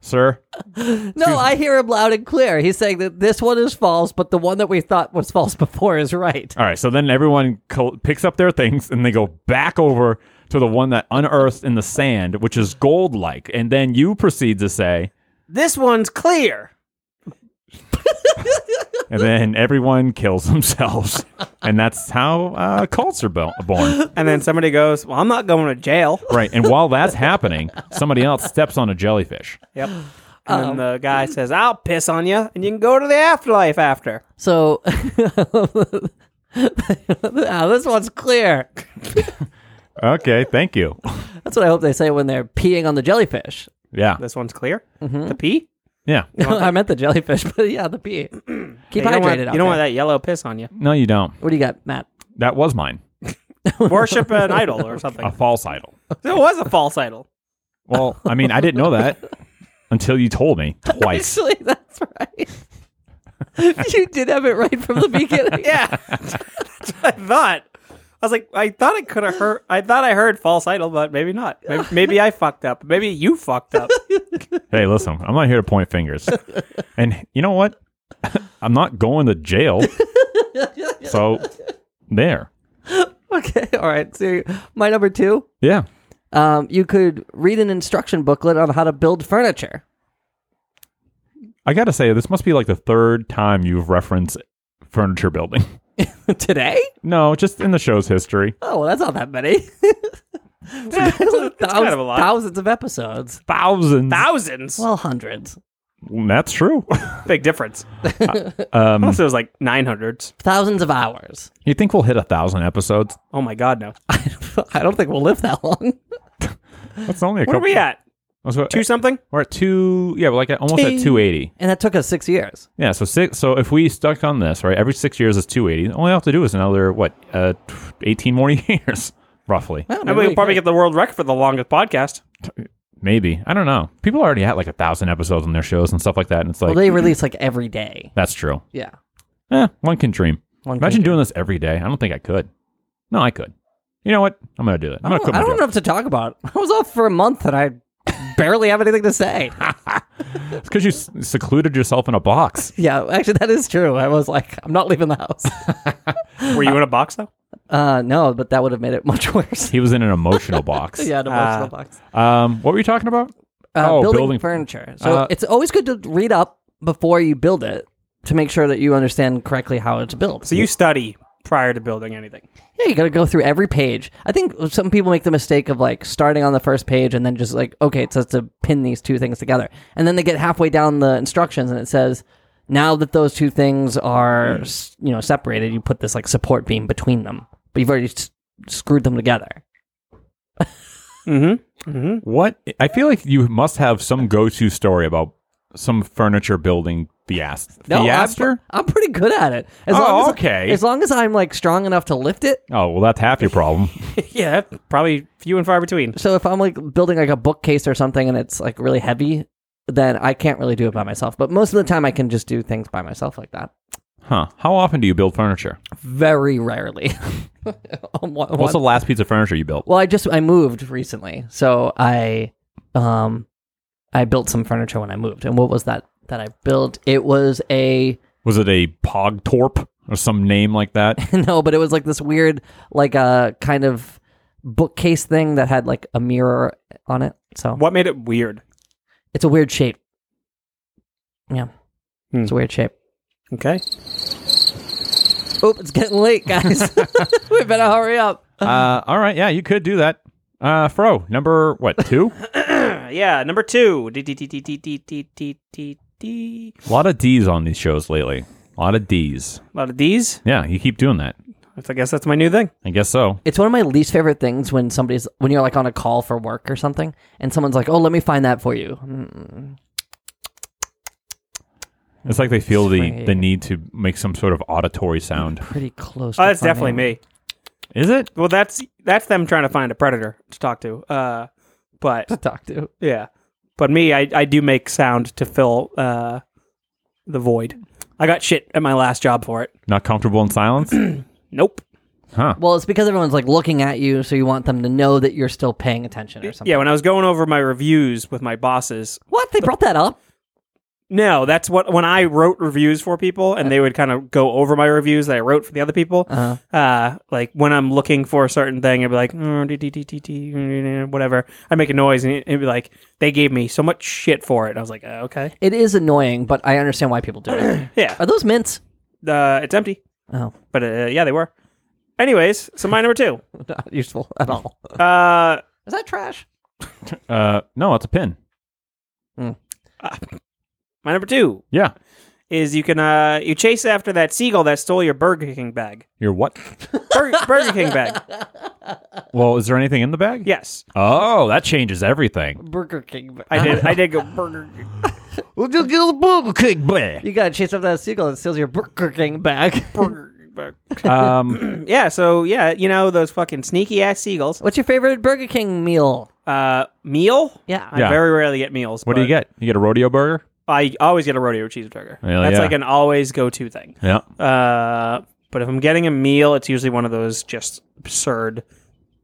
[SPEAKER 2] sir.
[SPEAKER 3] No, I hear him loud and clear. He's saying that this one is false, but the one that we thought was false before is right.
[SPEAKER 2] All right, so then everyone col- picks up their things and they go back over to the one that unearthed in the sand, which is gold-like, and then you proceed to say.
[SPEAKER 1] This one's clear.
[SPEAKER 2] and then everyone kills themselves, and that's how uh, cults are bo- born.
[SPEAKER 1] And then somebody goes, Well, I'm not going to jail.
[SPEAKER 2] Right, and while that's happening, somebody else steps on a jellyfish.
[SPEAKER 1] Yep. And then
[SPEAKER 3] Um.
[SPEAKER 1] the guy says, I'll piss on you, and you can go to the afterlife after.
[SPEAKER 3] So Ah, this one's clear.
[SPEAKER 2] Okay, thank you.
[SPEAKER 3] That's what I hope they say when they're peeing on the jellyfish.
[SPEAKER 2] Yeah,
[SPEAKER 1] This one's clear.
[SPEAKER 3] Mm-hmm.
[SPEAKER 1] The pee?
[SPEAKER 2] yeah.
[SPEAKER 3] I meant the jellyfish, but yeah, the pee. Keep
[SPEAKER 1] you
[SPEAKER 3] hydrated.
[SPEAKER 1] don't, want, you
[SPEAKER 3] out
[SPEAKER 1] don't want
[SPEAKER 3] there.
[SPEAKER 1] that yellow piss on you.
[SPEAKER 2] No, you don't.
[SPEAKER 3] What do you got, Matt?
[SPEAKER 2] That was mine.
[SPEAKER 1] Worship an idol or something.
[SPEAKER 2] A false idol.
[SPEAKER 1] It was a false idol.
[SPEAKER 2] Well, I mean, I didn't know that until you told me twice.
[SPEAKER 3] Actually, that's right. you did have it right from the beginning.
[SPEAKER 1] Yeah. That's what I thought. I was like, I thought I could have heard. I thought I heard false idol, but maybe not. Maybe, maybe I fucked up. Maybe you fucked up.
[SPEAKER 2] Hey, listen, I'm not here to point fingers. And you know what? I'm not going to jail. So, there.
[SPEAKER 3] Okay. All right. So my number two.
[SPEAKER 2] Yeah.
[SPEAKER 3] Um, you could read an instruction booklet on how to build furniture.
[SPEAKER 2] I gotta say, this must be like the third time you've referenced furniture building.
[SPEAKER 3] Today?
[SPEAKER 2] No, just in the show's history.
[SPEAKER 3] Oh, well, that's not that many.
[SPEAKER 1] it's kind of a lot.
[SPEAKER 3] Thousands of episodes.
[SPEAKER 2] Thousands. Mm,
[SPEAKER 1] Thousands.
[SPEAKER 3] Well, hundreds.
[SPEAKER 2] That's true.
[SPEAKER 1] Big difference.
[SPEAKER 3] Uh,
[SPEAKER 2] um,
[SPEAKER 1] Unless it was like nine hundreds.
[SPEAKER 3] Thousands of hours.
[SPEAKER 2] you think we'll hit a thousand episodes?
[SPEAKER 1] Oh my god, no.
[SPEAKER 3] I don't think we'll live that long.
[SPEAKER 2] That's only a
[SPEAKER 1] Where are
[SPEAKER 2] couple.
[SPEAKER 1] we at?
[SPEAKER 2] Oh, so-
[SPEAKER 1] Two something?
[SPEAKER 2] we're at two. Yeah, we're like at, almost at
[SPEAKER 3] Two.
[SPEAKER 2] two eighty.
[SPEAKER 3] And that took us six years.
[SPEAKER 2] Yeah. So six. So if we stuck on this, right? Every six years is two eighty. All I have to do is another what, uh, t- eighteen more years, roughly.
[SPEAKER 3] Wow,
[SPEAKER 1] I
[SPEAKER 3] maybe
[SPEAKER 1] mean, we'll
[SPEAKER 3] we
[SPEAKER 1] probably
[SPEAKER 3] could.
[SPEAKER 1] get the world record for the longest podcast.
[SPEAKER 2] Maybe I don't know. People already had like a thousand episodes on their shows and stuff like that, and it's like
[SPEAKER 3] Well, they release like every day.
[SPEAKER 2] that's true.
[SPEAKER 3] Yeah.
[SPEAKER 2] Eh, one can dream.
[SPEAKER 3] One can
[SPEAKER 2] Imagine
[SPEAKER 3] dream.
[SPEAKER 2] doing this every day. I don't think I could. No, I could. You know what? I'm gonna do it. I'm gonna
[SPEAKER 3] I don't,
[SPEAKER 2] quit
[SPEAKER 3] Oh, I
[SPEAKER 2] my
[SPEAKER 3] don't
[SPEAKER 2] job.
[SPEAKER 3] know what to talk about. I was off for a month and I barely have anything to say.
[SPEAKER 2] It's because you s- secluded yourself in a box.
[SPEAKER 3] yeah, actually, that is true. I was like, I'm not leaving the house.
[SPEAKER 1] Were you in a box though?
[SPEAKER 3] Uh, no, but that would have made it much worse.
[SPEAKER 2] He was in an emotional box.
[SPEAKER 3] yeah, an
[SPEAKER 1] Uh,
[SPEAKER 3] emotional box.
[SPEAKER 2] Um, what were you talking about?
[SPEAKER 3] Uh,
[SPEAKER 2] oh,
[SPEAKER 3] building,
[SPEAKER 2] building-
[SPEAKER 3] furniture. So
[SPEAKER 2] uh,
[SPEAKER 3] it's always good to read up before you build it to make sure that you understand correctly how it's built.
[SPEAKER 1] So you study prior to building anything.
[SPEAKER 3] Yeah, you got to go through every page. I think some people make the mistake of like starting on the first page and then just like, okay, it says to pin these two things together. And then they get halfway down the instructions and it says, now that those two things
[SPEAKER 2] Hmm.
[SPEAKER 3] are, s- you know, separated, you put this like support beam between them. But you've already s- screwed them together.
[SPEAKER 1] Mm-hmm. Mm-hmm.
[SPEAKER 2] What? I feel like you must have some go-to story about some furniture building fias-
[SPEAKER 3] No, I'm,
[SPEAKER 2] fiaster.
[SPEAKER 3] I'm pretty good at it. As
[SPEAKER 2] Oh,
[SPEAKER 3] long as,
[SPEAKER 2] okay.
[SPEAKER 3] As long as I'm like strong enough to lift it.
[SPEAKER 2] Oh well, that's half your problem.
[SPEAKER 1] yeah, that- probably few and far between.
[SPEAKER 3] So if I'm like building like a bookcase or something and it's like really heavy, then I can't really do it by myself. But most of the time I can just do things by myself like that.
[SPEAKER 2] huh? How often do you build furniture?
[SPEAKER 3] very rarely. On one-
[SPEAKER 2] What's the
[SPEAKER 3] one-
[SPEAKER 2] last piece of furniture you built?
[SPEAKER 3] well, I just I moved recently, so I um I built some furniture when I moved. And what was that that I built? It was a
[SPEAKER 2] Was it a Pogtorp or some name like that?
[SPEAKER 3] no, but it was like this weird like a uh, kind of bookcase thing that had like a mirror on it. So
[SPEAKER 1] What made it weird?
[SPEAKER 3] it's a weird shape. Yeah,
[SPEAKER 1] Hmm.
[SPEAKER 3] it's a weird shape.
[SPEAKER 1] Okay.
[SPEAKER 3] Oh, it's getting late, guys. we better hurry up.
[SPEAKER 2] uh, all right, yeah, you could do that. Uh, Fro, number what? Two.
[SPEAKER 1] Uh, yeah, number two. D-d-d-d-d-d-d-d-d-d.
[SPEAKER 2] a lot of D's on these shows lately. A lot of D's.
[SPEAKER 1] A lot of D's.
[SPEAKER 2] Yeah, you keep doing that.
[SPEAKER 1] I guess that's my new thing.
[SPEAKER 2] I guess so.
[SPEAKER 3] It's one of my least favorite things when somebody's when you're like on a call for work or something, and someone's like, "Oh, let me find that for you." Mm.
[SPEAKER 2] It's like they feel the,
[SPEAKER 3] Right.
[SPEAKER 2] the need to make some sort of auditory sound.
[SPEAKER 3] Pretty close.
[SPEAKER 1] Oh,
[SPEAKER 3] to
[SPEAKER 1] that's definitely
[SPEAKER 3] finding-
[SPEAKER 1] me.
[SPEAKER 2] Is it?
[SPEAKER 1] Well, that's that's them trying to find a predator to talk to. Uh, but
[SPEAKER 3] to talk to.
[SPEAKER 1] yeah, but me, I, I do make sound to fill uh, the void. I got shit at my last job for it.
[SPEAKER 2] Not comfortable in silence?
[SPEAKER 1] Nope.
[SPEAKER 2] huh.
[SPEAKER 3] Well, it's because everyone's like looking at you, so you want them to know that you're still paying attention or something.
[SPEAKER 1] Yeah, when I was going over my reviews with my bosses,
[SPEAKER 3] What? They brought that up?
[SPEAKER 1] no, that's what when I wrote reviews for people, and they would kind of go over my reviews that I wrote for the other people.
[SPEAKER 3] Uh-huh.
[SPEAKER 1] Uh, like when I'm looking for a certain thing, I'd be like, "Mm, dee, dee, dee, dee, dee, mm, whatever. I make a noise, and it'd be like, they gave me so much shit for it. I was like, "Uh, okay,
[SPEAKER 3] It is annoying, but I understand why people do it.
[SPEAKER 1] yeah,
[SPEAKER 3] Are those mints?
[SPEAKER 1] uh, it's empty.
[SPEAKER 3] Oh,
[SPEAKER 1] But uh, yeah, they were. Anyways, so my number two.
[SPEAKER 3] not useful at all.
[SPEAKER 1] Uh,
[SPEAKER 3] Is that trash?
[SPEAKER 2] Uh, no, it's a pin.
[SPEAKER 1] my number two
[SPEAKER 2] Yeah.
[SPEAKER 1] is you can uh, you chase after that seagull that stole your Burger King bag.
[SPEAKER 2] You're what?
[SPEAKER 1] Bur- Burger King bag.
[SPEAKER 2] Well, is there anything in the bag?
[SPEAKER 1] Yes,
[SPEAKER 2] Oh, that changes everything.
[SPEAKER 3] Burger King.
[SPEAKER 1] I did. I did go Burger. King.
[SPEAKER 3] You gotta chase after that seagull that steals your Burger King bag.
[SPEAKER 1] Burger King bag.
[SPEAKER 2] Um,
[SPEAKER 1] Yeah, so yeah, you know those fucking sneaky ass seagulls.
[SPEAKER 3] What's your favorite Burger King meal?
[SPEAKER 1] Uh, meal?
[SPEAKER 3] Yeah.
[SPEAKER 1] I
[SPEAKER 2] Yeah.
[SPEAKER 1] very rarely get meals.
[SPEAKER 2] what do you
[SPEAKER 1] but
[SPEAKER 2] get? You get a rodeo burger?
[SPEAKER 1] I always get a rodeo cheeseburger.
[SPEAKER 2] Hell
[SPEAKER 1] That's
[SPEAKER 2] yeah.
[SPEAKER 1] like an always go to thing.
[SPEAKER 2] Yeah.
[SPEAKER 1] Uh, but if I'm getting a meal, it's usually one of those just absurd,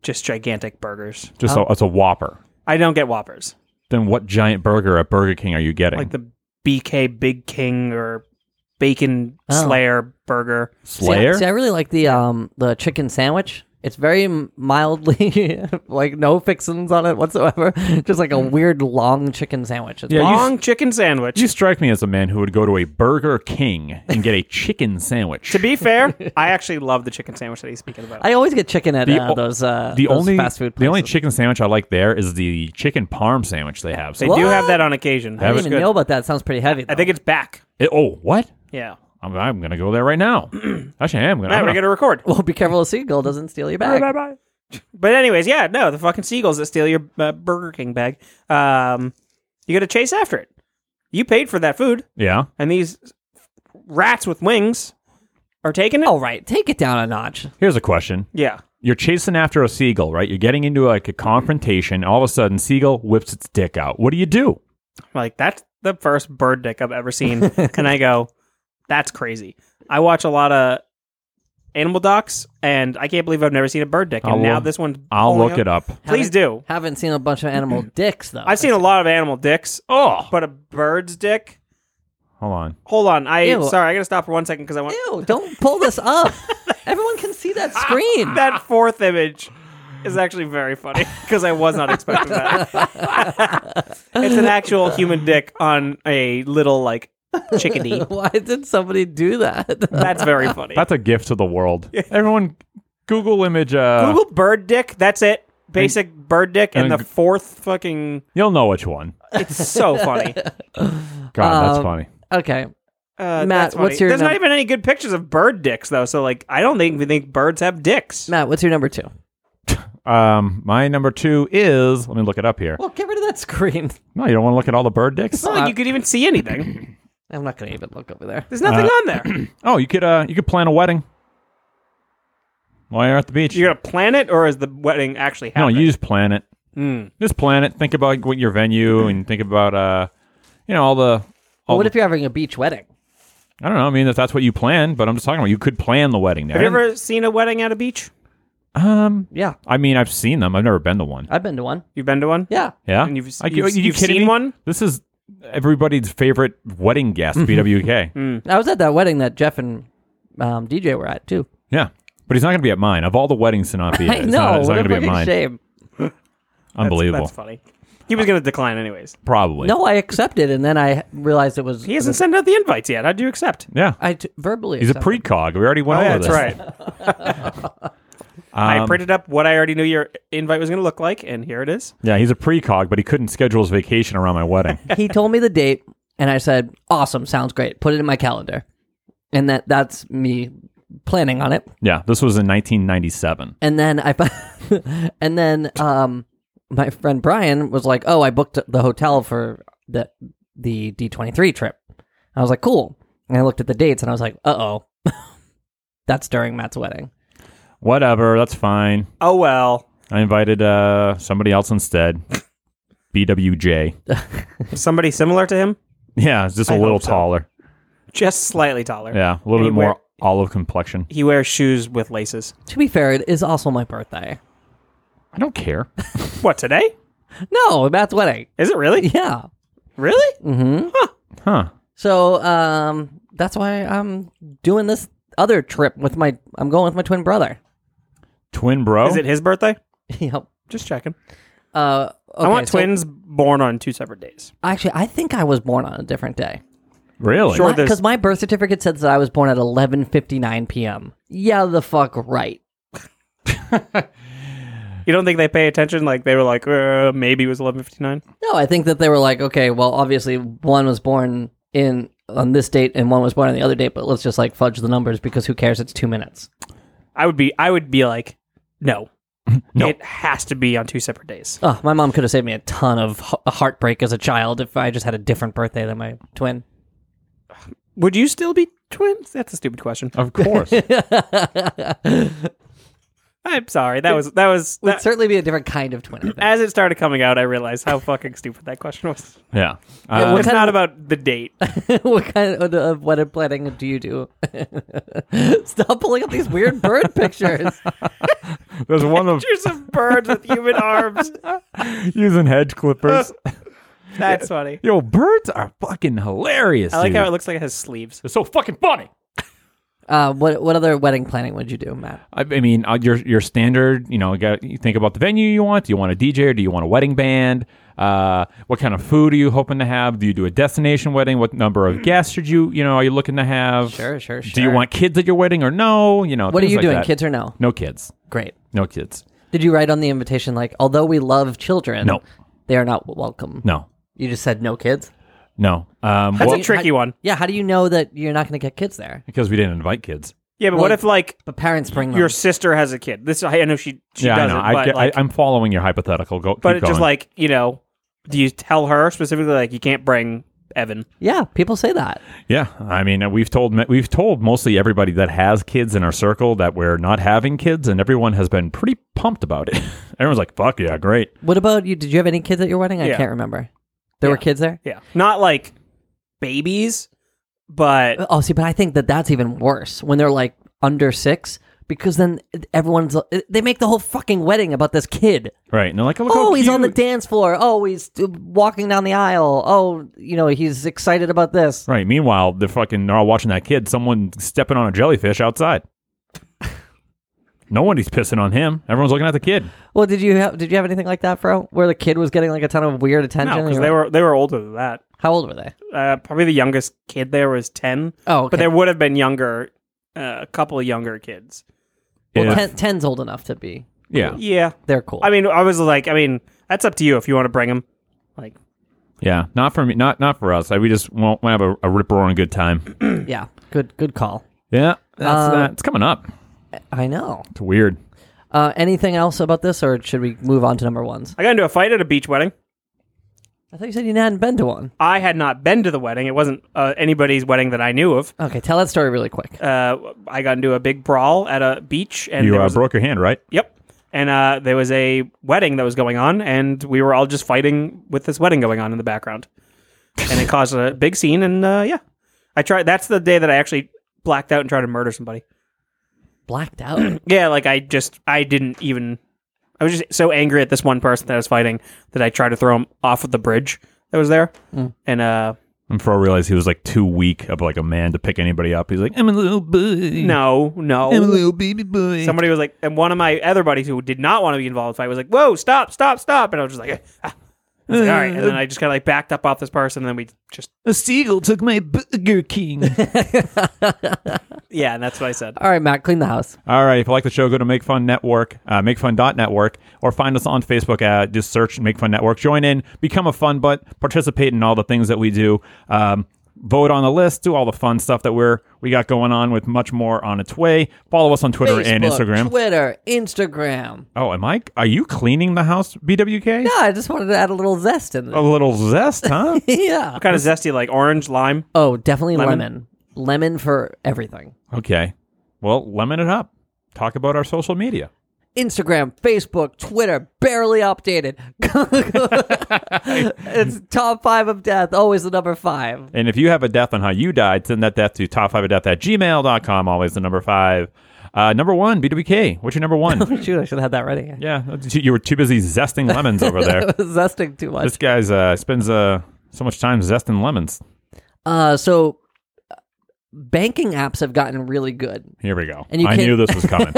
[SPEAKER 1] just gigantic burgers.
[SPEAKER 2] Just a, it's a Whopper.
[SPEAKER 1] I don't get Whoppers.
[SPEAKER 2] Then what giant burger at Burger King are you getting?
[SPEAKER 1] like the BK Big King or Bacon
[SPEAKER 3] Oh.
[SPEAKER 1] Slayer burger.
[SPEAKER 3] See, I-
[SPEAKER 2] Slayer?
[SPEAKER 3] See, I really like the um the chicken sandwich. It's very m- mildly like no fixins on it whatsoever. Just like a weird long chicken sandwich. It's
[SPEAKER 2] Yeah, you-
[SPEAKER 1] Long chicken sandwich.
[SPEAKER 2] You strike me as a man who would go to a Burger King and get a chicken sandwich.
[SPEAKER 1] to be fair, I actually love the chicken sandwich that he's speaking about.
[SPEAKER 3] I always get chicken at
[SPEAKER 2] The
[SPEAKER 3] uh,
[SPEAKER 2] o-
[SPEAKER 3] those uh
[SPEAKER 2] the
[SPEAKER 3] those
[SPEAKER 2] only
[SPEAKER 3] fast food.
[SPEAKER 2] the only
[SPEAKER 3] places.
[SPEAKER 2] chicken sandwich I like there is the chicken parm sandwich they have.
[SPEAKER 1] they
[SPEAKER 2] So
[SPEAKER 1] do
[SPEAKER 3] What?
[SPEAKER 1] have that on occasion.
[SPEAKER 3] I
[SPEAKER 1] It's
[SPEAKER 3] didn't even
[SPEAKER 1] good.
[SPEAKER 3] know about that. Sounds pretty heavy.
[SPEAKER 1] I think it's back.
[SPEAKER 2] it- oh, what?
[SPEAKER 1] Yeah.
[SPEAKER 2] I'm, I'm gonna go there right now. Actually, I am gonna. I'm
[SPEAKER 1] All right, we're
[SPEAKER 2] gonna-
[SPEAKER 1] gonna record.
[SPEAKER 3] Well, be careful a seagull doesn't steal your bag.
[SPEAKER 1] But anyways, yeah, no, the fucking seagulls that steal your uh, Burger King bag. Um, you got to chase after it. You paid for that food,
[SPEAKER 2] Yeah.
[SPEAKER 1] and these rats with wings are taking it.
[SPEAKER 3] All right, take it down a notch.
[SPEAKER 2] Here's a question.
[SPEAKER 1] Yeah,
[SPEAKER 2] You're chasing after a seagull, right? You're getting into like a confrontation. All of a sudden, seagull whips its dick out. What do you do?
[SPEAKER 1] like that's the first bird dick I've ever seen, and I go, that's crazy. I watch a lot of animal docs, and I can't believe I've never seen a bird dick. And
[SPEAKER 2] I'll
[SPEAKER 1] now
[SPEAKER 2] look-
[SPEAKER 1] this one's
[SPEAKER 2] I'll
[SPEAKER 1] pulling
[SPEAKER 2] look
[SPEAKER 1] out-
[SPEAKER 2] it up.
[SPEAKER 1] Please do.
[SPEAKER 3] Haven't seen a bunch of animal dicks though.
[SPEAKER 1] I've seen a lot of animal dicks,
[SPEAKER 2] Oh,
[SPEAKER 1] but a bird's dick.
[SPEAKER 2] hold on.
[SPEAKER 1] Hold on, I
[SPEAKER 3] Ew.
[SPEAKER 1] sorry, I gotta stop for one second because I want
[SPEAKER 3] Ew! Don't pull this up. Everyone can see that screen.
[SPEAKER 1] that fourth image is actually very funny because I was not expecting that. it's an actual human dick on a little like chickadee.
[SPEAKER 3] Why did somebody do that?
[SPEAKER 1] That's very funny.
[SPEAKER 2] That's a gift to the world. Everyone, Google image. Uh,
[SPEAKER 1] Google bird dick. That's it. Basic bird dick and
[SPEAKER 2] and-
[SPEAKER 1] the fourth fucking.
[SPEAKER 2] You'll know which one.
[SPEAKER 1] It's so funny.
[SPEAKER 2] God, that's
[SPEAKER 3] Um,
[SPEAKER 2] funny.
[SPEAKER 3] okay.
[SPEAKER 1] Uh,
[SPEAKER 3] Matt,
[SPEAKER 1] that's funny.
[SPEAKER 3] what's your
[SPEAKER 1] There's not
[SPEAKER 3] num-
[SPEAKER 1] even any good pictures of bird dicks though. So like, I don't think we think birds have dicks.
[SPEAKER 3] Matt, what's your number two?
[SPEAKER 2] Um, my number two is. Let me look it up here.
[SPEAKER 3] Well, get rid of that screen.
[SPEAKER 2] No, you don't want to look at all the bird dicks.
[SPEAKER 1] It's
[SPEAKER 3] uh,
[SPEAKER 1] not like you could even see anything.
[SPEAKER 3] I'm not going to even look over there.
[SPEAKER 1] There's nothing on there.
[SPEAKER 2] Oh, you could uh, you could plan a wedding while you're at the beach.
[SPEAKER 1] You're gonna plan it, or is the wedding actually
[SPEAKER 2] no,
[SPEAKER 1] happening?
[SPEAKER 2] you just plan it.
[SPEAKER 1] Mm.
[SPEAKER 2] Just plan it. Think about what your venue and think about uh, you know, all the. All
[SPEAKER 3] what
[SPEAKER 2] the-
[SPEAKER 3] if you're having a beach wedding?
[SPEAKER 2] I don't know. I mean, if that's what you plan, but I'm just talking about you could plan the wedding. Now.
[SPEAKER 1] Have you ever seen a wedding at a beach?
[SPEAKER 2] Um,
[SPEAKER 3] Yeah,
[SPEAKER 2] I mean, I've seen them. I've never been to one.
[SPEAKER 3] I've been to one.
[SPEAKER 1] You've been to one?
[SPEAKER 3] Yeah.
[SPEAKER 2] Yeah,
[SPEAKER 1] Uh, And you've-
[SPEAKER 2] Like,
[SPEAKER 1] you've-
[SPEAKER 2] are you
[SPEAKER 1] you've
[SPEAKER 2] kidding
[SPEAKER 1] seen
[SPEAKER 2] me?
[SPEAKER 1] one? Mm-hmm.
[SPEAKER 2] This is everybody's favorite wedding guest, BWK.
[SPEAKER 1] Hmm.
[SPEAKER 3] I was at that wedding that Jeff and um, DJ were at too.
[SPEAKER 2] Yeah, but he's not going to be at mine. Of all the weddings to not be, at,
[SPEAKER 3] I
[SPEAKER 2] it's
[SPEAKER 3] know.
[SPEAKER 2] not, it's not going
[SPEAKER 3] what
[SPEAKER 2] to
[SPEAKER 3] a
[SPEAKER 2] be at
[SPEAKER 3] fucking
[SPEAKER 2] mine.
[SPEAKER 3] shame.
[SPEAKER 2] Unbelievable.
[SPEAKER 1] That's funny. He was going to decline anyways.
[SPEAKER 2] Probably.
[SPEAKER 3] No, I accepted, and then I realized it was.
[SPEAKER 1] He hasn't sent out the invites yet. How do you accept? Oh,
[SPEAKER 2] Yeah.
[SPEAKER 3] I t- verbally.
[SPEAKER 2] He's a
[SPEAKER 3] accepted.
[SPEAKER 2] precog. We already went over
[SPEAKER 1] that's
[SPEAKER 2] this.
[SPEAKER 1] right.
[SPEAKER 2] Um,
[SPEAKER 1] I printed up what I already knew your invite was going to look like, and here it is.
[SPEAKER 2] Yeah, he's a precog, but he couldn't schedule his vacation around my wedding.
[SPEAKER 3] he told me the date, and I said, "Awesome, sounds great. Put it in my calendar." And that that's me planning on it.
[SPEAKER 2] yeah, this was in 1997.
[SPEAKER 3] and then I, fi- and then um, my friend Brian was like, "Oh, I booked the hotel for the the D twenty three trip." I was like, "Cool," and I looked at the dates and I was like, "Uh oh, that's during Matt's wedding."
[SPEAKER 2] Whatever, that's fine.
[SPEAKER 1] Oh well.
[SPEAKER 2] I invited uh, somebody else instead. BWJ.
[SPEAKER 1] Somebody similar to him,
[SPEAKER 2] Yeah, it's just a
[SPEAKER 1] I
[SPEAKER 2] little
[SPEAKER 1] hope so.
[SPEAKER 2] taller.
[SPEAKER 1] just slightly taller.
[SPEAKER 2] Yeah, a little
[SPEAKER 1] And
[SPEAKER 2] bit
[SPEAKER 1] he
[SPEAKER 2] more
[SPEAKER 1] wear-
[SPEAKER 2] olive complexion.
[SPEAKER 1] He wears shoes with laces.
[SPEAKER 3] To be fair, it is also my birthday.
[SPEAKER 2] I don't care.
[SPEAKER 1] What today?
[SPEAKER 3] No, Matt's wedding.
[SPEAKER 1] Is it really?
[SPEAKER 3] Yeah.
[SPEAKER 1] Really?
[SPEAKER 2] Oh. Huh.
[SPEAKER 3] So um, that's why I'm doing this other trip with my. I'm going with my twin brother.
[SPEAKER 2] Twin bro?
[SPEAKER 1] Is it his birthday?
[SPEAKER 3] yep.
[SPEAKER 1] Just checking.
[SPEAKER 3] Uh,
[SPEAKER 1] I want
[SPEAKER 3] okay, so-
[SPEAKER 1] twins born on two separate days.
[SPEAKER 3] Actually, I think I was born on a different day.
[SPEAKER 2] really?
[SPEAKER 1] Sure. there's-
[SPEAKER 3] because my birth certificate says that I was born at 11:59 p.m. Yeah, the fuck right.
[SPEAKER 1] You don't think they pay attention? Like they were like, uh, maybe it was eleven fifty nine.
[SPEAKER 3] No, I think that they were like, okay, well, obviously one was born in on this date and one was born on the other date, but let's just like fudge the numbers because who cares? It's two minutes.
[SPEAKER 1] I would be. I would be like, no.
[SPEAKER 2] No.
[SPEAKER 1] It has to be on two separate days.
[SPEAKER 3] Oh, my mom could have saved me a ton of h- heartbreak as a child if I just had a different birthday than my twin.
[SPEAKER 1] Would you still be twins? That's a stupid question.
[SPEAKER 2] Of course.
[SPEAKER 1] I'm sorry. That was that was
[SPEAKER 3] Would
[SPEAKER 1] that,
[SPEAKER 3] certainly be a different kind of twin. I think.
[SPEAKER 1] as it started coming out. I realized how fucking stupid that question was.
[SPEAKER 2] yeah.
[SPEAKER 3] Yeah,
[SPEAKER 2] Uh,
[SPEAKER 3] what
[SPEAKER 1] it's
[SPEAKER 3] kind
[SPEAKER 1] not
[SPEAKER 3] of-
[SPEAKER 1] about the date.
[SPEAKER 3] what kind of, of wedding planning do you do? Stop pulling up these weird bird pictures.
[SPEAKER 2] there's one of
[SPEAKER 1] Pictures of birds with human arms.
[SPEAKER 2] using hedge clippers.
[SPEAKER 1] That's funny.
[SPEAKER 2] Yo, birds are fucking hilarious.
[SPEAKER 1] I like
[SPEAKER 2] dude.
[SPEAKER 1] how it looks like it has sleeves.
[SPEAKER 2] It's so fucking funny.
[SPEAKER 3] Uh, what what other wedding planning would you do, Matt?
[SPEAKER 2] I, I mean, uh, your your standard. You know, you got you think about the venue you want. Do you want a DJ or do you want a wedding band? Uh, what kind of food are you hoping to have? Do you do a destination wedding? What number of guests should you you know are you looking to have?
[SPEAKER 3] Sure, sure,
[SPEAKER 2] Do you
[SPEAKER 3] sure.
[SPEAKER 2] want kids at your wedding or no? You know,
[SPEAKER 3] What are
[SPEAKER 2] things
[SPEAKER 3] you
[SPEAKER 2] like
[SPEAKER 3] doing,
[SPEAKER 2] that.
[SPEAKER 3] kids or no?
[SPEAKER 2] No kids.
[SPEAKER 3] Great.
[SPEAKER 2] No kids.
[SPEAKER 3] Did you write on the invitation like, although we love children,
[SPEAKER 2] No.
[SPEAKER 3] they are not welcome?
[SPEAKER 2] No.
[SPEAKER 3] You just said no kids.
[SPEAKER 2] No. Um,
[SPEAKER 1] That's
[SPEAKER 2] well,
[SPEAKER 1] a tricky
[SPEAKER 3] how-
[SPEAKER 1] one.
[SPEAKER 3] Yeah. How do you know that you're not going to get kids there?
[SPEAKER 2] because we didn't invite kids.
[SPEAKER 1] Yeah, but
[SPEAKER 3] Well,
[SPEAKER 1] what if like
[SPEAKER 3] But parents bring them.
[SPEAKER 1] your sister has a kid? This I know she she
[SPEAKER 2] yeah,
[SPEAKER 1] doesn't,
[SPEAKER 2] I know. I
[SPEAKER 1] but
[SPEAKER 2] get,
[SPEAKER 1] like,
[SPEAKER 2] I, I'm following your hypothetical. Go,
[SPEAKER 1] but
[SPEAKER 2] keep
[SPEAKER 1] it's just
[SPEAKER 2] going.
[SPEAKER 1] like you know, do you tell her specifically like you can't bring Evan?
[SPEAKER 3] yeah, people say that.
[SPEAKER 2] Yeah, I mean, uh, we've told we've told mostly everybody that has kids in our circle that we're not having kids, and everyone has been pretty pumped about it. Everyone's like, "Fuck yeah, great!"
[SPEAKER 3] What about you? Did you have any kids at your wedding? I
[SPEAKER 1] Yeah.
[SPEAKER 3] can't remember. There were
[SPEAKER 1] Yeah.
[SPEAKER 3] kids there.
[SPEAKER 1] Yeah, not like babies, but
[SPEAKER 3] Oh, see, but I think that that's even worse when they're like under six, because then everyone's uh, they make the whole fucking wedding about this kid.
[SPEAKER 2] Right? And they're like, "Look how
[SPEAKER 3] Oh, he's on the
[SPEAKER 2] cute."
[SPEAKER 3] dance floor. Oh, he's uh, walking down the aisle. Oh, you know, he's excited about this.
[SPEAKER 2] Right. Meanwhile, they're fucking they're all watching that kid. Someone stepping on a jellyfish outside. no one's pissing on him. Everyone's looking at the kid.
[SPEAKER 3] Well, did you have did you have anything like that, bro? Where the kid was getting like a ton of weird attention?
[SPEAKER 1] no,
[SPEAKER 3] and
[SPEAKER 1] because
[SPEAKER 3] you
[SPEAKER 1] they
[SPEAKER 3] were-
[SPEAKER 1] were they were older than that.
[SPEAKER 3] how old were they?
[SPEAKER 1] Uh, probably the youngest kid there was ten,
[SPEAKER 3] Oh, okay.
[SPEAKER 1] but there would have been younger, uh, a couple of younger kids.
[SPEAKER 3] well,
[SPEAKER 2] Yeah.
[SPEAKER 3] ten, ten's old enough to be.
[SPEAKER 2] Yeah,
[SPEAKER 1] Yeah,
[SPEAKER 3] They're cool.
[SPEAKER 1] I mean, I was like, I mean, that's up to you if you want to bring him. Like,
[SPEAKER 2] yeah. Not for me. Not not for us. I, we just won't have a, a rip roaring good time.
[SPEAKER 3] yeah, good good call.
[SPEAKER 2] Yeah, that's
[SPEAKER 3] Uh,
[SPEAKER 2] that. It's coming up.
[SPEAKER 3] I know.
[SPEAKER 2] It's weird.
[SPEAKER 3] Uh, anything else about this, or should we move on to number ones?
[SPEAKER 1] I got into a fight at a beach wedding.
[SPEAKER 3] I thought you said you hadn't been to one.
[SPEAKER 1] I had not been to the wedding. It wasn't uh, anybody's wedding that I knew of.
[SPEAKER 3] Okay, tell that story really quick.
[SPEAKER 1] Uh, I got into a big brawl at a beach, and
[SPEAKER 2] You
[SPEAKER 1] there
[SPEAKER 2] uh,
[SPEAKER 1] was,
[SPEAKER 2] broke your hand, right?
[SPEAKER 1] Yep. And uh, there was a wedding that was going on, and we were all just fighting with this wedding going on in the background, and it caused a big scene. And uh, yeah, I tried. That's the day that I actually blacked out and tried to murder somebody.
[SPEAKER 3] Blacked out.
[SPEAKER 1] Yeah, like I just I didn't even. I was just so angry at this one person that I was fighting that I tried to throw him off of the bridge that was there, and uh,
[SPEAKER 2] And Fro realized he was like too weak of like a man to pick anybody up. He's like, "Eh, I'm a little boy.
[SPEAKER 1] no, no,
[SPEAKER 2] I'm a little baby boy.
[SPEAKER 1] Somebody was like, and one of my other buddies who did not want to be involved in the fight was like, "Whoa, stop, stop, stop!" And I was just like, "Ah." I was like, "All right." And then I just kind of like backed up off this person, and then we just
[SPEAKER 2] a seagull took my Burger King.
[SPEAKER 1] yeah, and that's what I said.
[SPEAKER 3] All right, Matt, clean the house.
[SPEAKER 2] All right. If you like the show, go to Make Fun Network, uh, makefun.network, or find us on Facebook. Uh, just search Make Fun Network. Join in, become a fun butt, participate in all the things that we do. Um, vote on the list, do all the fun stuff that we're we got going on with much more on its way. Follow us on Twitter and
[SPEAKER 3] Facebook,
[SPEAKER 2] Instagram.
[SPEAKER 3] Twitter, Instagram.
[SPEAKER 2] oh, am I? Are you cleaning the house, BWK?
[SPEAKER 3] No, I just wanted to add a little zest in
[SPEAKER 2] A
[SPEAKER 3] there.
[SPEAKER 2] little zest, huh?
[SPEAKER 3] yeah.
[SPEAKER 1] What kind of zesty, like orange, lime?
[SPEAKER 3] Oh, definitely lemon.
[SPEAKER 1] Lemon?
[SPEAKER 3] lemon. for everything.
[SPEAKER 2] Okay. Well, lemon it up. talk about our social media.
[SPEAKER 3] Instagram, Facebook, Twitter, barely updated. it's top five of death, always the number five.
[SPEAKER 2] And if you have a death on how you died, send that death to top five of death at gmail.com. Always the number five. Uh, number one, BWK. What's your number one?
[SPEAKER 3] Shoot, I should have had that ready.
[SPEAKER 2] yeah, you were too busy zesting lemons over there.
[SPEAKER 3] Zesting too
[SPEAKER 2] this
[SPEAKER 3] much.
[SPEAKER 2] guy's uh, spends uh, so much time zesting lemons.
[SPEAKER 3] Uh, so uh, banking apps have gotten really good.
[SPEAKER 2] Here we go.
[SPEAKER 3] And you
[SPEAKER 2] I
[SPEAKER 3] can't-
[SPEAKER 2] knew this was coming.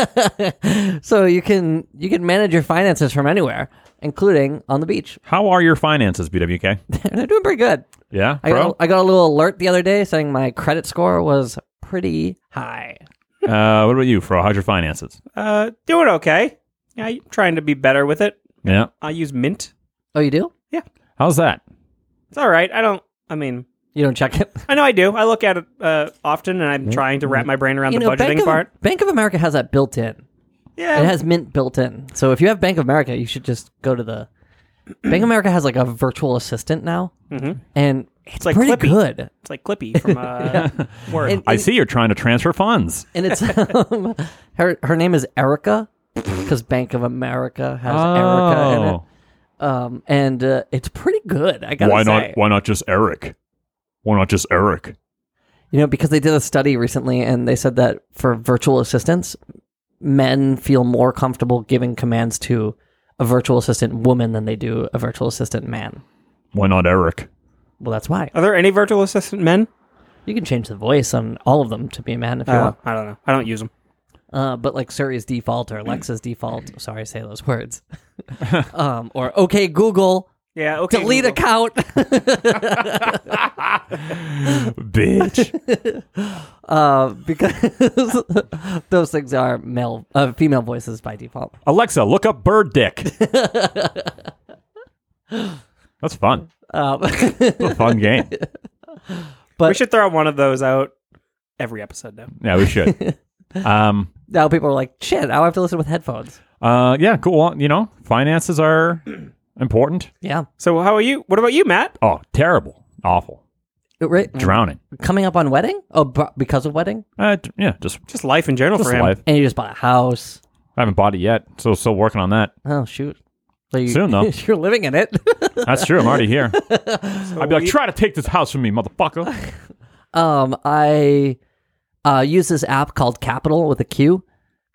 [SPEAKER 3] so you can you can manage your finances from anywhere, including on the beach.
[SPEAKER 2] how are your finances, BWK?
[SPEAKER 3] They're doing pretty good.
[SPEAKER 2] Yeah,
[SPEAKER 3] I
[SPEAKER 2] bro.
[SPEAKER 3] got, I got a little alert the other day saying my credit score was pretty high.
[SPEAKER 2] Uh, what about you, Fro? How's your finances?
[SPEAKER 1] Uh, doing okay. Yeah, I'm trying to be better with it.
[SPEAKER 2] Yeah.
[SPEAKER 1] I use Mint.
[SPEAKER 3] Oh, you do?
[SPEAKER 2] How's that?
[SPEAKER 1] It's all right. I don't. I mean,
[SPEAKER 3] You don't check it?
[SPEAKER 1] I know I do. I look at it uh, often, and I'm trying to wrap my brain around
[SPEAKER 3] you
[SPEAKER 1] the
[SPEAKER 3] know, Bank
[SPEAKER 1] budgeting
[SPEAKER 3] of,
[SPEAKER 1] part.
[SPEAKER 3] Bank of America has that built in.
[SPEAKER 1] Yeah,
[SPEAKER 3] It has Mint built in. So if you have Bank of America, you should just go to the Bank of America has like a virtual assistant now,
[SPEAKER 1] Mhm.
[SPEAKER 3] and it's,
[SPEAKER 1] like
[SPEAKER 3] pretty
[SPEAKER 1] Clippy.
[SPEAKER 3] good.
[SPEAKER 1] it's like Clippy from uh, Word.
[SPEAKER 3] And,
[SPEAKER 2] I
[SPEAKER 3] and-
[SPEAKER 2] see you're trying to transfer funds.
[SPEAKER 3] and it's um, her her name is Erica because Bank of America has Erica in it. um, and uh, it's pretty good. I gotta
[SPEAKER 2] Oh. why
[SPEAKER 3] say,
[SPEAKER 2] not? Why not just Eric? Why not just Eric?
[SPEAKER 3] you know, because they did a study recently, and they said that for virtual assistants, men feel more comfortable giving commands to a virtual assistant woman than they do a virtual assistant man.
[SPEAKER 2] Why not Eric?
[SPEAKER 3] Well, that's why
[SPEAKER 1] Are there any virtual assistant men?
[SPEAKER 3] you can change the voice on all of them to be a man if you
[SPEAKER 1] Uh,
[SPEAKER 3] want.
[SPEAKER 1] I don't know. I don't use them.
[SPEAKER 3] Uh, but like Siri's default or Alexa's default. Sorry, I say those words. um, or okay, Google,
[SPEAKER 1] Yeah. Okay.
[SPEAKER 3] delete
[SPEAKER 1] Google.
[SPEAKER 3] account.
[SPEAKER 2] Bitch.
[SPEAKER 3] uh, because those things are male, uh, female voices by default.
[SPEAKER 2] Alexa, look up bird dick. That's fun.
[SPEAKER 3] Um,
[SPEAKER 2] It's a fun game.
[SPEAKER 3] But-
[SPEAKER 1] we should throw one of those out every episode now.
[SPEAKER 2] Yeah, we should. Um,
[SPEAKER 3] now people are like, shit, now I have to listen with headphones.
[SPEAKER 2] uh, yeah, cool. Well, you know, finances are important.
[SPEAKER 3] Yeah.
[SPEAKER 1] So how are you? What about you, Matt?
[SPEAKER 2] Oh, terrible. Awful.
[SPEAKER 3] It- right-
[SPEAKER 2] Drowning.
[SPEAKER 3] Coming up on wedding? Oh, b- because of wedding?
[SPEAKER 2] Uh, d- yeah, just,
[SPEAKER 1] Just life in general
[SPEAKER 2] just
[SPEAKER 1] for him.
[SPEAKER 2] life.
[SPEAKER 3] And you just bought a house.
[SPEAKER 2] I haven't bought it yet, so still working on that.
[SPEAKER 3] Oh, shoot. So you,
[SPEAKER 2] Soon, though.
[SPEAKER 3] you're living in it.
[SPEAKER 2] That's true. I'm already here. I'd be like, try to take this house from me, motherfucker.
[SPEAKER 3] um, I uh, use this app called Capital with a Q,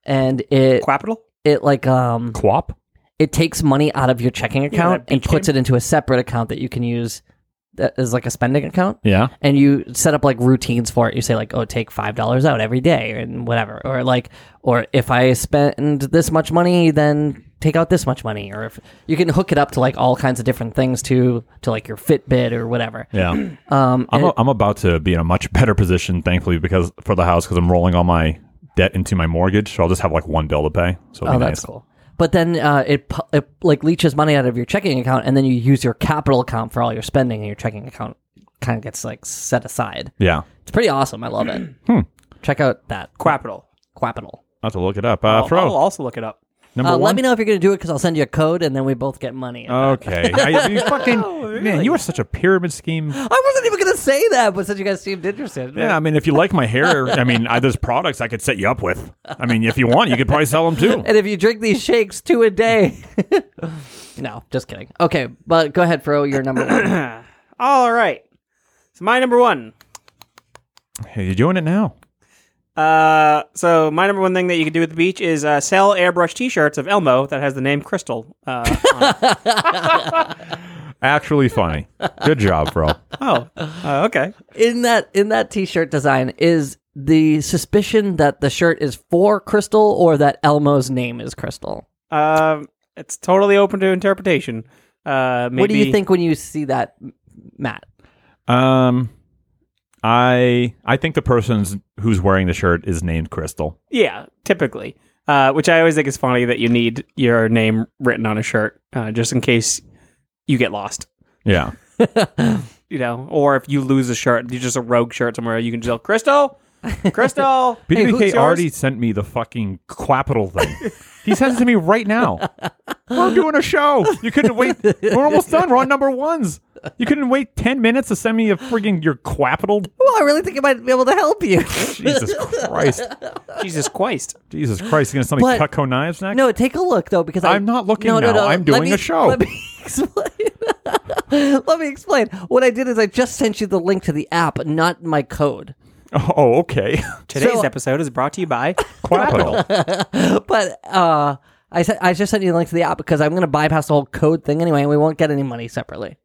[SPEAKER 3] and it
[SPEAKER 1] Capital.
[SPEAKER 3] it like um
[SPEAKER 2] Quap.
[SPEAKER 3] it takes money out of your checking account
[SPEAKER 1] that
[SPEAKER 3] and
[SPEAKER 1] beach
[SPEAKER 3] puts
[SPEAKER 1] game.
[SPEAKER 3] it into a separate account that you can use that is like a spending account.
[SPEAKER 2] Yeah.
[SPEAKER 3] and you set up like routines for it. You say like, "Oh, take five dollars out every day," and whatever, or like, or if I spend this much money, then take out this much money, or if you can hook it up to like all kinds of different things to to like your Fitbit or whatever.
[SPEAKER 2] Yeah.
[SPEAKER 3] Um,
[SPEAKER 2] I'm,
[SPEAKER 3] and
[SPEAKER 2] a, I'm about to be in a much better position, thankfully, because for the house, because I'm rolling all my debt into my mortgage, so I'll just have like one bill to pay. So it'll
[SPEAKER 3] oh,
[SPEAKER 2] be
[SPEAKER 3] that's
[SPEAKER 2] nice.
[SPEAKER 3] cool. But then uh, it, pu- it like leeches money out of your checking account, and then you use your capital account for all your spending, and your checking account kind of gets like set aside.
[SPEAKER 2] Yeah,
[SPEAKER 3] It's pretty awesome. I love it.
[SPEAKER 2] Hmm.
[SPEAKER 3] Check out that
[SPEAKER 1] Capital.
[SPEAKER 3] capital.
[SPEAKER 2] I have to look it up. Uh,
[SPEAKER 1] I'll,
[SPEAKER 2] Fro,
[SPEAKER 1] I'll also look it up.
[SPEAKER 2] number
[SPEAKER 3] Uh,
[SPEAKER 2] one. Oh.
[SPEAKER 3] let me know if you're going to do it because I'll send you a code, and then we both get money.
[SPEAKER 2] Okay, I, you fucking
[SPEAKER 3] Oh,
[SPEAKER 2] man, you are such a pyramid scheme.
[SPEAKER 3] I wasn't even gonna say that, but since you guys seemed interested,
[SPEAKER 2] Yeah, I mean, if you like my hair, I mean, I, there's products I could set you up with. I mean, if you want, you could probably sell them too.
[SPEAKER 3] and if you drink these shakes two a day, no, just kidding. Okay, but go ahead, Fro. You're number one.
[SPEAKER 1] All right. So my number one.
[SPEAKER 2] Hey, you're doing it now.
[SPEAKER 1] Uh, so my number one thing that you can do at the beach is uh, sell airbrush T-shirts of Elmo that has the name Crystal. Uh, on it.
[SPEAKER 2] Actually, funny. Good job, Fro.
[SPEAKER 1] oh, uh, okay.
[SPEAKER 3] In that in that T-shirt design is the suspicion that the shirt is for Crystal or that Elmo's name is Crystal.
[SPEAKER 1] Um, it's totally open to interpretation. Uh, maybe,
[SPEAKER 3] What do you think when you see that, M- Matt?
[SPEAKER 2] Um, I I think the person who's wearing the shirt is named Crystal.
[SPEAKER 1] Yeah, typically. Uh, which I always think is funny that you need your name written on a shirt uh, just in case you get lost,
[SPEAKER 2] Yeah.
[SPEAKER 1] you know, or if you lose a shirt, you just a rogue shirt somewhere. You can just yell, Crystal, Crystal.
[SPEAKER 3] Hey,
[SPEAKER 2] BBK
[SPEAKER 3] who's yours?
[SPEAKER 2] already sent me the fucking capital thing. he sends it to me right now. We're doing a show. You couldn't wait. We're almost done. We're on number ones. You couldn't wait 10 minutes to send me a freaking your capital?
[SPEAKER 3] Well, I really think it might be able to help you.
[SPEAKER 2] Jesus Christ.
[SPEAKER 1] Jesus Christ.
[SPEAKER 2] Jesus Christ. You're going to send me
[SPEAKER 3] But-
[SPEAKER 2] Cutco knives next?
[SPEAKER 3] No, take a look though, because I,
[SPEAKER 2] I'm not looking
[SPEAKER 3] No, no,
[SPEAKER 2] now.
[SPEAKER 3] no.
[SPEAKER 2] I'm
[SPEAKER 3] Let
[SPEAKER 2] doing
[SPEAKER 3] me-
[SPEAKER 2] a show.
[SPEAKER 3] Let me explain. let me explain. What I did is I just sent you the link to the app, not my code.
[SPEAKER 2] Oh, okay.
[SPEAKER 1] Today's
[SPEAKER 3] So-
[SPEAKER 1] episode is brought to you by
[SPEAKER 2] Capital.
[SPEAKER 3] But uh, I sent I just sent you the link to the app because I'm going to bypass the whole code thing anyway, and we won't get any money separately.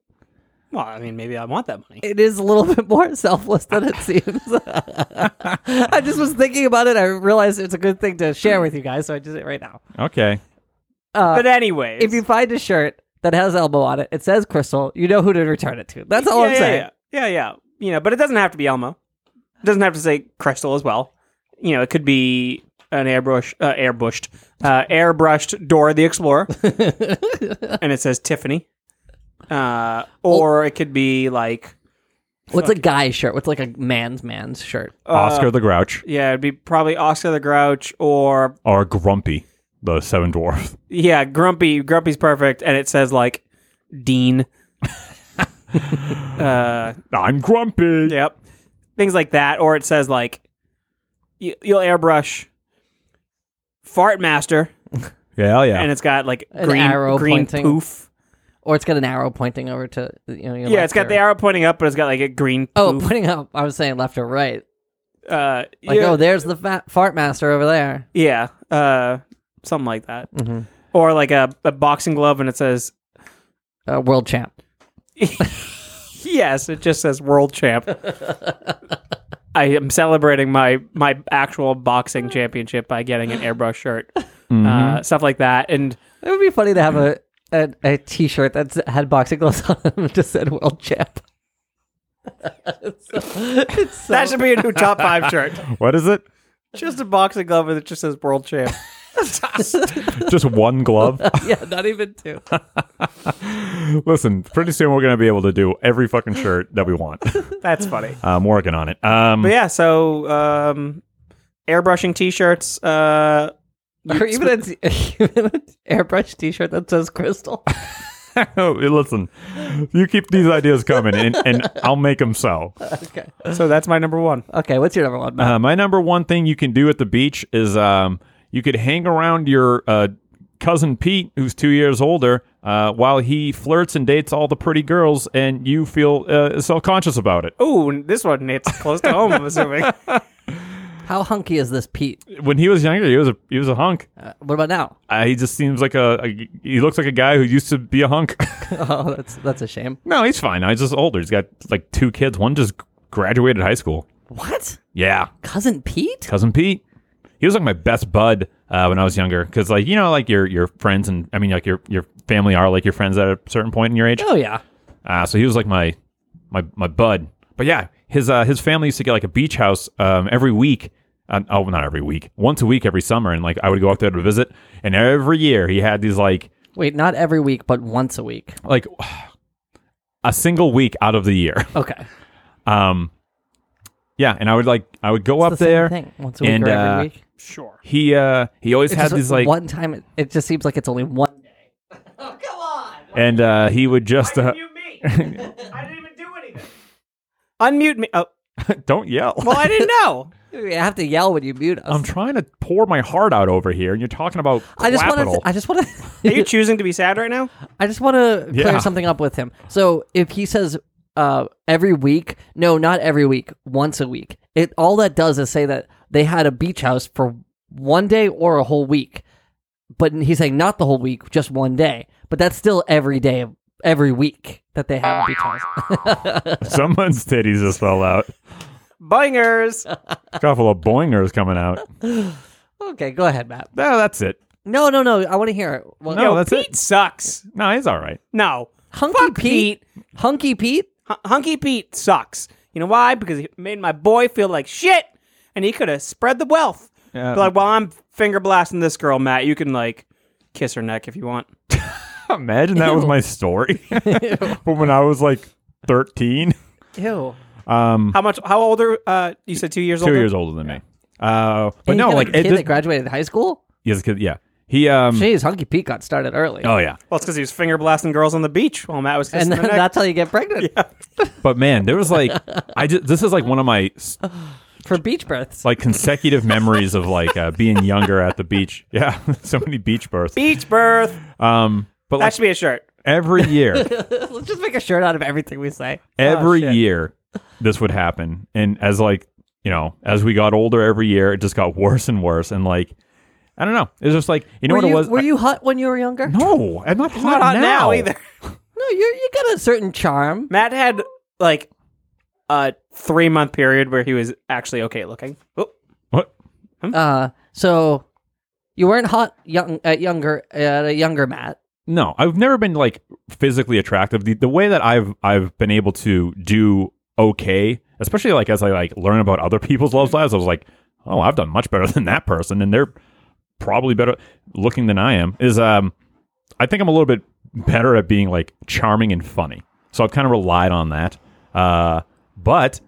[SPEAKER 1] Well, I mean, maybe I want that money.
[SPEAKER 3] It is a little bit more selfless than it seems. I just was thinking about it. I realized it's a good thing to share with you guys, so I did it right now.
[SPEAKER 2] okay.
[SPEAKER 1] But anyways,
[SPEAKER 3] Uh, If you find a shirt that has Elmo on it, it says Crystal. You know who to return it to. That's all
[SPEAKER 1] yeah,
[SPEAKER 3] I'm
[SPEAKER 1] yeah,
[SPEAKER 3] saying.
[SPEAKER 1] Yeah, yeah, yeah. You know, but it doesn't have to be Elmo. It doesn't have to say Crystal as well. You know, it could be an airbrush, uh, airbrushed, uh, airbrushed Dora the Explorer, and it says Tiffany. Uh, or it could be like,
[SPEAKER 3] What's a guy's shirt? What's like a man's man's shirt?
[SPEAKER 2] Oscar the Grouch
[SPEAKER 1] yeah, it'd be probably Oscar the Grouch or
[SPEAKER 2] or Grumpy the Seven Dwarf.
[SPEAKER 1] yeah, Grumpy. Grumpy's perfect, and it says like Dean. uh,
[SPEAKER 2] I'm Grumpy.
[SPEAKER 1] Yep. Things like that. Or it says, like, you, you'll airbrush Fart Master,
[SPEAKER 2] Yeah, yeah.
[SPEAKER 1] and it's got, like,
[SPEAKER 3] An
[SPEAKER 1] green,
[SPEAKER 3] arrow
[SPEAKER 1] green
[SPEAKER 3] pointing
[SPEAKER 1] poof.
[SPEAKER 3] Or it's got an arrow pointing over to you know. Your
[SPEAKER 1] yeah,
[SPEAKER 3] left
[SPEAKER 1] it's got
[SPEAKER 3] or-
[SPEAKER 1] the arrow pointing up, but it's got, like, a green
[SPEAKER 3] Oh,
[SPEAKER 1] poof.
[SPEAKER 3] pointing up. I was saying left or right.
[SPEAKER 1] uh,
[SPEAKER 3] Like,
[SPEAKER 1] yeah,
[SPEAKER 3] oh, there's the fat fart master over there.
[SPEAKER 1] yeah uh, something like that. Or, like, a, a boxing glove, and it says,
[SPEAKER 3] Uh, world champ.
[SPEAKER 1] yes, it just says world champ. I am celebrating my my actual boxing championship by getting an airbrush shirt, uh, stuff like that, and
[SPEAKER 3] It would be funny to have a a, a t shirt that had boxing gloves on it and just said world champ.
[SPEAKER 1] that should be a new top five shirt.
[SPEAKER 2] what is it?
[SPEAKER 1] Just a boxing glove that just says world champ.
[SPEAKER 2] Just one glove?
[SPEAKER 3] yeah, not even two.
[SPEAKER 2] Listen, pretty soon we're going to be able to do every fucking shirt that we want.
[SPEAKER 1] That's funny.
[SPEAKER 2] I'm working on it. Um,
[SPEAKER 1] But yeah, so um airbrushing t-shirts uh
[SPEAKER 3] or even a, t- even an airbrush t shirt that says crystal.
[SPEAKER 2] Listen, you keep these ideas coming, and, and I'll make them so.
[SPEAKER 3] okay.
[SPEAKER 1] so that's my number 1.
[SPEAKER 3] Okay, what's your number one? Matt?
[SPEAKER 2] Uh, my number one thing you can do at the beach is um, you could hang around your uh, cousin Pete, who's two years older, uh, while he flirts and dates all the pretty girls, and you feel uh, self conscious about it.
[SPEAKER 1] Ooh, this one it's close to home, I'm assuming.
[SPEAKER 3] How hunky is this Pete?
[SPEAKER 2] When he was younger, he was a he was a hunk.
[SPEAKER 3] Uh, what about now?
[SPEAKER 2] Uh, he just seems like a, a he looks like a guy who used to be a hunk.
[SPEAKER 3] Oh, that's that's a shame.
[SPEAKER 2] no, he's fine. now. He's just older. He's got like two kids. One just graduated high school.
[SPEAKER 3] What?
[SPEAKER 2] Yeah,
[SPEAKER 3] Cousin Pete?
[SPEAKER 2] cousin Pete. He was like my best bud uh, when I was younger, because like you know, like your your friends and I mean, like your your family are like your friends at a certain point in your age.
[SPEAKER 3] Oh yeah.
[SPEAKER 2] Uh, so he was like my my my bud. But yeah, his uh, his family used to get like a beach house um, every week. Uh, oh, not every week, once a week every summer, and like I would go up there to visit. And every year he had these like
[SPEAKER 3] Wait, not every week, but once a week.
[SPEAKER 2] like a single week out of the year.
[SPEAKER 3] Okay.
[SPEAKER 2] Um, yeah, and I would like I would go up
[SPEAKER 3] the same
[SPEAKER 2] there.
[SPEAKER 3] thing, once a week
[SPEAKER 2] and,
[SPEAKER 3] or every
[SPEAKER 2] uh,
[SPEAKER 3] week.
[SPEAKER 1] sure.
[SPEAKER 2] He uh he always
[SPEAKER 3] It's
[SPEAKER 2] had
[SPEAKER 3] just
[SPEAKER 2] these like
[SPEAKER 3] one time. It, it just seems like it's only one.
[SPEAKER 2] and uh he would just uh,
[SPEAKER 1] me. I didn't even do anything. Unmute me. Oh,
[SPEAKER 2] don't yell.
[SPEAKER 1] well, I didn't know.
[SPEAKER 3] You have to yell when you mute us.
[SPEAKER 2] I'm trying to pour my heart out over here, and you're talking about
[SPEAKER 3] I just want
[SPEAKER 2] capital.
[SPEAKER 3] to. I just want
[SPEAKER 1] Are
[SPEAKER 3] to.
[SPEAKER 1] you choosing to be sad right now?
[SPEAKER 3] I just want to
[SPEAKER 2] Yeah.
[SPEAKER 3] clear something up with him. So if he says uh, every week, no, not every week, once a week. It all that does is say that they had a beach house for one day or a whole week, but he's saying not the whole week, just one day. But that's still every day, of every week that they have a beach house.
[SPEAKER 2] Someone's titties just fell out.
[SPEAKER 1] Bangers.
[SPEAKER 2] Couple of boingers coming out.
[SPEAKER 3] okay, go ahead, Matt.
[SPEAKER 2] No, that's it.
[SPEAKER 3] No, no, no. I want to hear it. Well,
[SPEAKER 2] No,
[SPEAKER 1] Yo,
[SPEAKER 2] that's
[SPEAKER 1] Oh, Pete
[SPEAKER 2] it.
[SPEAKER 1] sucks.
[SPEAKER 2] No, he's all right.
[SPEAKER 1] No.
[SPEAKER 3] Hunky
[SPEAKER 1] Fuck
[SPEAKER 3] Pete. Hunky Pete.
[SPEAKER 1] H- Hunky Pete sucks. You know why? Because he made my boy feel like shit, and he could have spread the wealth.
[SPEAKER 2] Yeah.
[SPEAKER 1] Be like, well, I'm finger blasting this girl, Matt. You can like kiss her neck if you want.
[SPEAKER 2] Imagine that was my story. but when I was like 13,
[SPEAKER 3] Ew.
[SPEAKER 1] How much? How older? Uh, you said Mm. two years
[SPEAKER 2] two
[SPEAKER 1] older.
[SPEAKER 2] years older than me. Uh, but
[SPEAKER 3] And you
[SPEAKER 2] no,
[SPEAKER 3] got a
[SPEAKER 2] like
[SPEAKER 3] kid
[SPEAKER 2] it,
[SPEAKER 3] that graduated high school.
[SPEAKER 2] Yes, 'cause- yeah. He um.
[SPEAKER 3] Jeez, Hunky Pete got started early.
[SPEAKER 2] Oh yeah.
[SPEAKER 1] Well, it's because he was finger blasting girls on the beach while Matt was kissing
[SPEAKER 3] and
[SPEAKER 1] the
[SPEAKER 3] then
[SPEAKER 1] neck.
[SPEAKER 3] that's how you get pregnant
[SPEAKER 2] But man, there was like I just this is like one of my s-
[SPEAKER 3] for beach births.
[SPEAKER 2] like consecutive memories of like uh, being younger at the beach. Yeah, so many beach births.
[SPEAKER 1] beach birth.
[SPEAKER 2] Um, but
[SPEAKER 1] That
[SPEAKER 2] like
[SPEAKER 1] should be a shirt.
[SPEAKER 2] every year,
[SPEAKER 3] Let's just make a shirt out of everything we say.
[SPEAKER 2] every
[SPEAKER 1] shit.
[SPEAKER 2] year this would happen and as like you know as we got older every year it just got worse and worse and like i don't know it's just like you know
[SPEAKER 3] were
[SPEAKER 2] what
[SPEAKER 3] you,
[SPEAKER 2] it was
[SPEAKER 3] were
[SPEAKER 2] I-
[SPEAKER 3] you hot when you were younger?
[SPEAKER 2] no i'm not hot,
[SPEAKER 1] Not hot
[SPEAKER 2] now.
[SPEAKER 1] now either.
[SPEAKER 3] No, you you got a certain charm.
[SPEAKER 1] Matt had like a three month period where he was actually okay looking. Oh,
[SPEAKER 2] what
[SPEAKER 3] Uh, so you weren't hot young at younger at a younger Matt.
[SPEAKER 2] no i've never been like physically attractive the, the way that i've i've been able to do okay especially like as i like learn about other people's love lives i was like oh i've done much better than that person and they're probably better looking than i am is um I think I'm a little bit better at being like charming and funny. So I've kind of relied on that. Uh, but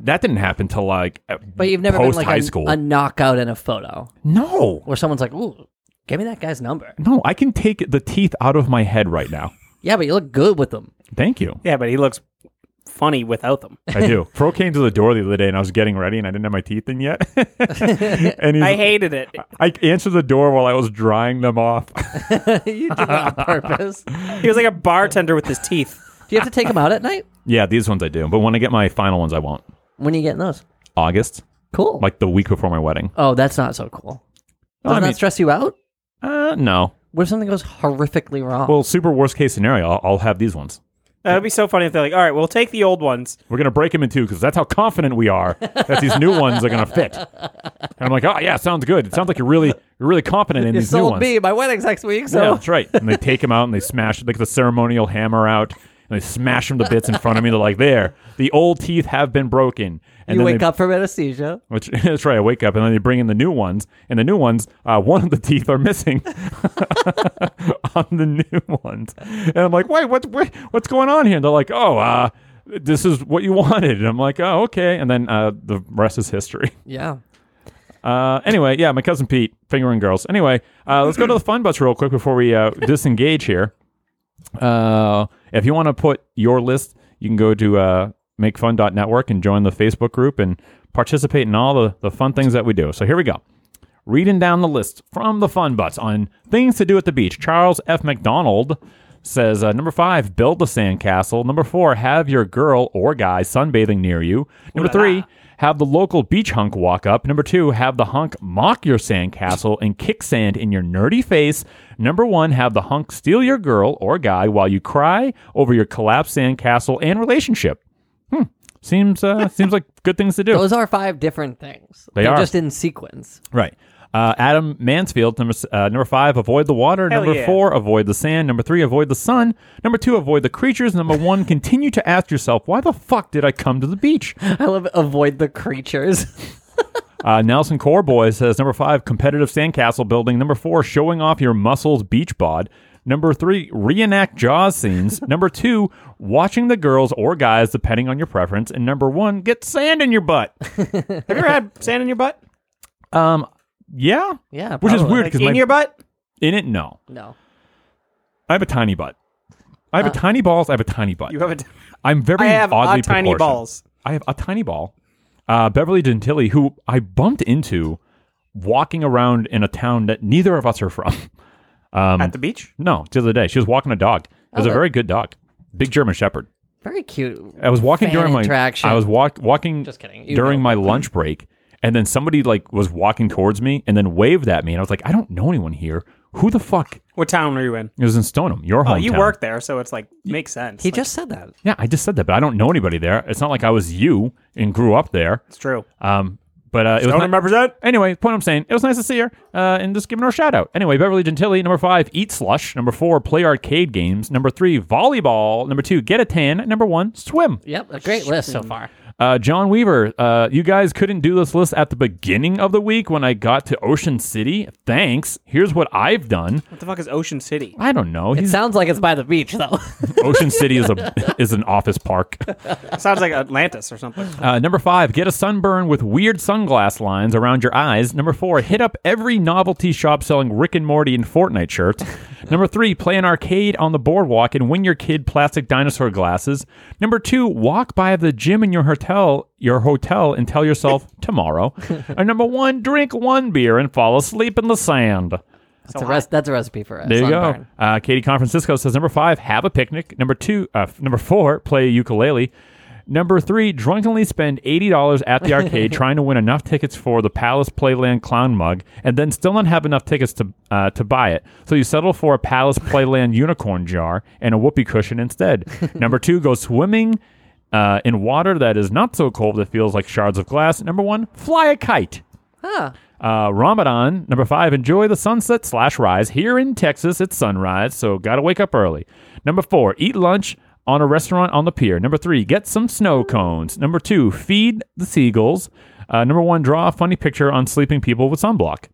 [SPEAKER 2] that didn't happen till like
[SPEAKER 3] But you've never
[SPEAKER 2] post
[SPEAKER 3] been like
[SPEAKER 2] high
[SPEAKER 3] a,
[SPEAKER 2] school.
[SPEAKER 3] a knockout in a photo
[SPEAKER 2] no,
[SPEAKER 3] where someone's like, "Ooh, give me that guy's number."
[SPEAKER 2] no, I can take the teeth out of my head right now.
[SPEAKER 3] Yeah, but you look good with them.
[SPEAKER 2] Thank you.
[SPEAKER 1] yeah, but he looks funny without them.
[SPEAKER 2] I do. Fro came to the door the other day and I was getting ready and I didn't have my teeth in yet. and he's,
[SPEAKER 1] I hated it.
[SPEAKER 2] I answered the door while I was drying them off.
[SPEAKER 3] you do that on purpose. Do
[SPEAKER 1] He was like a bartender with his teeth.
[SPEAKER 3] you have to take them out at night?
[SPEAKER 2] yeah, these ones I do. But when I get my final ones, I won't.
[SPEAKER 3] When are you getting those?
[SPEAKER 2] August,
[SPEAKER 3] Cool.
[SPEAKER 2] like the week before my wedding.
[SPEAKER 3] oh, that's not so cool. Doesn't
[SPEAKER 2] I mean-
[SPEAKER 3] that stress you out?
[SPEAKER 2] Uh, no.
[SPEAKER 3] What if something goes horrifically wrong?
[SPEAKER 2] Well, super worst case scenario, I'll, I'll have these ones.
[SPEAKER 1] That would be so funny if they're like, all right, we'll take the old ones.
[SPEAKER 2] We're gonna break him in two because that's how confident we are that these new ones are gonna fit. And I'm like, oh yeah, sounds good. It sounds like you're really, you're really confident in
[SPEAKER 3] you
[SPEAKER 2] these new
[SPEAKER 3] sold
[SPEAKER 2] ones.
[SPEAKER 3] me. My wedding's next week, so
[SPEAKER 2] Yeah, that's right. And they take him out and they smash like the ceremonial hammer out and they smash him to bits in front of me. They're like, there, the old teeth have been broken. And
[SPEAKER 3] you
[SPEAKER 2] then
[SPEAKER 3] wake
[SPEAKER 2] they,
[SPEAKER 3] up from anesthesia.
[SPEAKER 2] Which that's right. I wake up and then they bring in the new ones, and the new ones, uh, one of the teeth are missing on the new ones, and I'm like, wait, what, what, what's going on here? And they're like, oh, uh, this is what you wanted, and I'm like, oh, okay, and then uh, the rest is history.
[SPEAKER 3] Yeah.
[SPEAKER 2] Uh, anyway, yeah, my cousin Pete, fingering girls. Anyway, uh, let's go to the fun bus real quick before we uh, disengage here. Uh, if you want to put your list, you can go to uh, makefun.network and join the Facebook group and participate in all the, the fun things that we do. So here we go. Reading down the list from the fun butts on things to do at the beach. Charles F. McDonald says uh, number five, build a sandcastle. Number four, have your girl or guy sunbathing near you. Number three, have the local beach hunk walk up. Number two, have the hunk mock your sandcastle and kick sand in your nerdy face. Number one, have the hunk steal your girl or guy while you cry over your collapsed sandcastle and relationship. Hmm. Seems uh, seems like good things to do.
[SPEAKER 3] Those are five different things.
[SPEAKER 2] They
[SPEAKER 3] are
[SPEAKER 2] are.
[SPEAKER 3] just in sequence.
[SPEAKER 2] Right. Uh, Adam Mansfield, number s- uh, number five, avoid the water.
[SPEAKER 1] Hell
[SPEAKER 2] number
[SPEAKER 1] yeah.
[SPEAKER 2] four, avoid the sand. Number three, avoid the sun. Number two, avoid the creatures. Number one, continue to ask yourself, why the fuck did I come to the beach?
[SPEAKER 3] I love avoid the creatures.
[SPEAKER 2] Uh, Nelson Corboy says number five, competitive sandcastle building. Number four, showing off your muscles beach bod. Number three, reenact Jaws scenes. number two, watching the girls or guys, depending on your preference. And number one, get sand in your butt.
[SPEAKER 1] Have you ever had sand in your butt?
[SPEAKER 2] Um, yeah,
[SPEAKER 3] Yeah,
[SPEAKER 2] which is
[SPEAKER 3] probably.
[SPEAKER 2] weird
[SPEAKER 1] Like
[SPEAKER 2] because
[SPEAKER 1] in your butt?
[SPEAKER 2] in it, no.
[SPEAKER 3] no.
[SPEAKER 2] I have a tiny butt. I have a tiny balls. I have a tiny butt.
[SPEAKER 1] You have a.
[SPEAKER 2] I'm very
[SPEAKER 1] I have
[SPEAKER 2] oddly
[SPEAKER 1] odd tiny
[SPEAKER 2] proportioned.
[SPEAKER 1] balls.
[SPEAKER 2] I have a tiny ball. Uh, Beverly Gentilly, who I bumped into walking around in a town that neither of us are from.
[SPEAKER 1] At the beach?
[SPEAKER 2] No, the other day she was walking a dog. It was a
[SPEAKER 1] Oh.
[SPEAKER 3] that-
[SPEAKER 2] very good dog, big German Shepherd.
[SPEAKER 3] Very cute.
[SPEAKER 2] I was walking
[SPEAKER 3] Fan
[SPEAKER 2] during my
[SPEAKER 3] interaction.
[SPEAKER 2] I was walk, walking
[SPEAKER 3] Just kidding. You
[SPEAKER 2] during
[SPEAKER 3] know.
[SPEAKER 2] my lunch break, and then somebody like was walking towards me and then waved at me, and I was like, I don't know anyone here. Who the fuck?
[SPEAKER 1] What town were you in?
[SPEAKER 2] It was in Stoneham, your
[SPEAKER 1] Oh,
[SPEAKER 2] hometown.
[SPEAKER 1] you work there, so it's like makes sense.
[SPEAKER 3] He
[SPEAKER 1] Like,
[SPEAKER 3] just said that.
[SPEAKER 2] Yeah, I just said that, but I don't know anybody there. It's not like I was you and grew up there.
[SPEAKER 1] it's true.
[SPEAKER 2] Um, but uh, it was
[SPEAKER 1] Don't
[SPEAKER 2] ni-
[SPEAKER 1] represent.
[SPEAKER 2] Anyway, point I'm saying, it was nice to see her uh, and just giving her a shout out. Anyway, Beverly Gentili, number five, eat slush. Number four, play arcade games. Number three, volleyball. Number two, get a tan. Number one, swim.
[SPEAKER 3] Yep, a great list so far.
[SPEAKER 2] Uh, John Weaver, uh, you guys couldn't do this list at the beginning of the week when I got to Ocean City. Thanks. Here's what I've done.
[SPEAKER 1] What the fuck is Ocean City?
[SPEAKER 2] I don't know.
[SPEAKER 3] It
[SPEAKER 2] He's,
[SPEAKER 3] sounds like it's by the beach, though.
[SPEAKER 2] Ocean City is a is an office park.
[SPEAKER 1] sounds like Atlantis or something.
[SPEAKER 2] Uh, number five, get a sunburn with weird sunglass lines around your eyes. Number four, hit up every novelty shop selling Rick and Morty and Fortnite shirts. number three, play an arcade on the boardwalk and win your kid plastic dinosaur glasses. Number two, walk by the gym in your hotel, your hotel, and tell yourself tomorrow. and number one, drink one beer and fall asleep in the sand.
[SPEAKER 3] That's a, res- that's a recipe for us.
[SPEAKER 2] There you go. Uh, Katie Confrancisco says number five, have a picnic. Number two, uh, f- number four, play ukulele. Number three, drunkenly spend eighty dollars at the arcade trying to win enough tickets for the Palace Playland clown mug, and then still not have enough tickets to uh, to buy it. So you settle for a Palace Playland unicorn jar and a whoopee cushion instead. Number two, go swimming. Uh, in water that is not so cold that feels like shards of glass. Number one, fly a kite. Uh, Ramadan, number five, enjoy the sunset slash rise. Here in Texas, it's sunrise, so gotta wake up early. Number four, eat lunch on a restaurant on the pier. Number three, get some snow cones. Number two, feed the seagulls. Uh, number one, draw a funny picture on sleeping people with sunblock.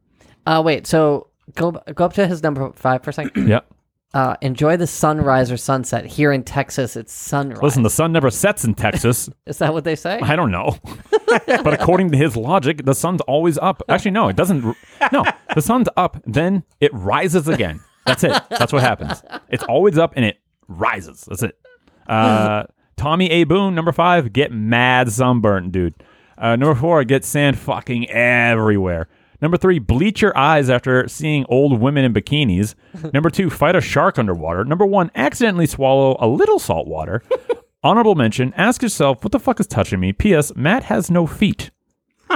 [SPEAKER 3] Uh, wait, so go go up to his number five for a second.
[SPEAKER 2] Yep.
[SPEAKER 3] Uh, enjoy the sunrise or sunset. Here in Texas, it's sunrise.
[SPEAKER 2] Listen, the sun never sets in Texas.
[SPEAKER 3] Is that what they say?
[SPEAKER 2] I don't know. but according to his logic, the sun's always up. Actually, no, it doesn't. r- No, the sun's up, then it rises again. That's it. That's what happens. It's always up and it rises. That's it. Uh, Tommy A. Boone, number five, get mad sunburnt, dude. Uh, number four, get sand fucking everywhere. Number three, bleach your eyes after seeing old women in bikinis. Number two, fight a shark underwater. Number one, accidentally swallow a little salt water. Honorable mention, ask yourself, what the fuck is touching me? P.S. Matt has no feet.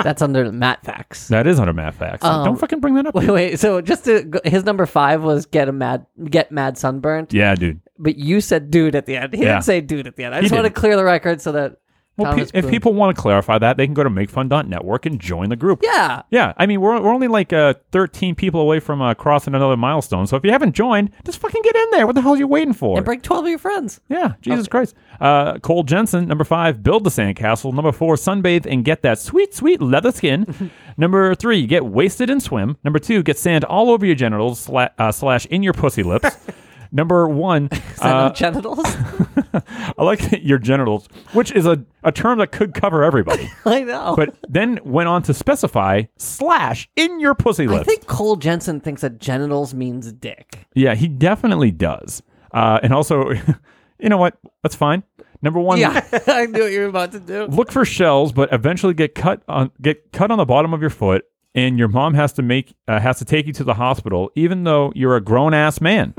[SPEAKER 3] That's under the Matt facts.
[SPEAKER 2] That is under Matt Facts.
[SPEAKER 3] Um,
[SPEAKER 2] Don't fucking bring that up.
[SPEAKER 3] Wait, wait. So just to, go- his number five was get a mad get mad sunburned.
[SPEAKER 2] Yeah, dude.
[SPEAKER 3] But you said dude at the end. He
[SPEAKER 2] Yeah.
[SPEAKER 3] didn't say dude at the end. I
[SPEAKER 2] He
[SPEAKER 3] just want to
[SPEAKER 2] didn't.
[SPEAKER 3] clear the record so that
[SPEAKER 2] Well, pe-
[SPEAKER 3] Thomas
[SPEAKER 2] if
[SPEAKER 3] Boone-
[SPEAKER 2] people want to clarify that, they can go to makefun.network and join the group.
[SPEAKER 3] yeah.
[SPEAKER 2] Yeah, I mean, we're, we're only like uh, 13 people away from uh, crossing another milestone. So if you haven't joined, just fucking get in there. What the hell are you waiting for?
[SPEAKER 3] And bring twelve of your friends.
[SPEAKER 2] yeah, Jesus Christ. Uh, Cole Jensen, number five, build the sandcastle. Number four, sunbathe and get that sweet, sweet leather skin. number three, get wasted and swim. Number two, get sand all over your genitals sla- uh, slash in your pussy lips. number one,
[SPEAKER 3] Is that
[SPEAKER 2] uh,
[SPEAKER 3] on genitals.
[SPEAKER 2] I like that your genitals, which is a, a term that could cover everybody,
[SPEAKER 3] I know.
[SPEAKER 2] but then went on to specify slash in your pussy
[SPEAKER 3] I
[SPEAKER 2] lips.
[SPEAKER 3] think Cole Jensen thinks that genitals means dick.
[SPEAKER 2] Yeah, he definitely does. Uh, and also, you know what? That's fine. Number one,
[SPEAKER 3] Yeah, I knew what you were about to do.
[SPEAKER 2] look for shells, but eventually get cut on get cut on the bottom of your foot, and your mom has to make uh, has to take you to the hospital, even though you're a grown ass man.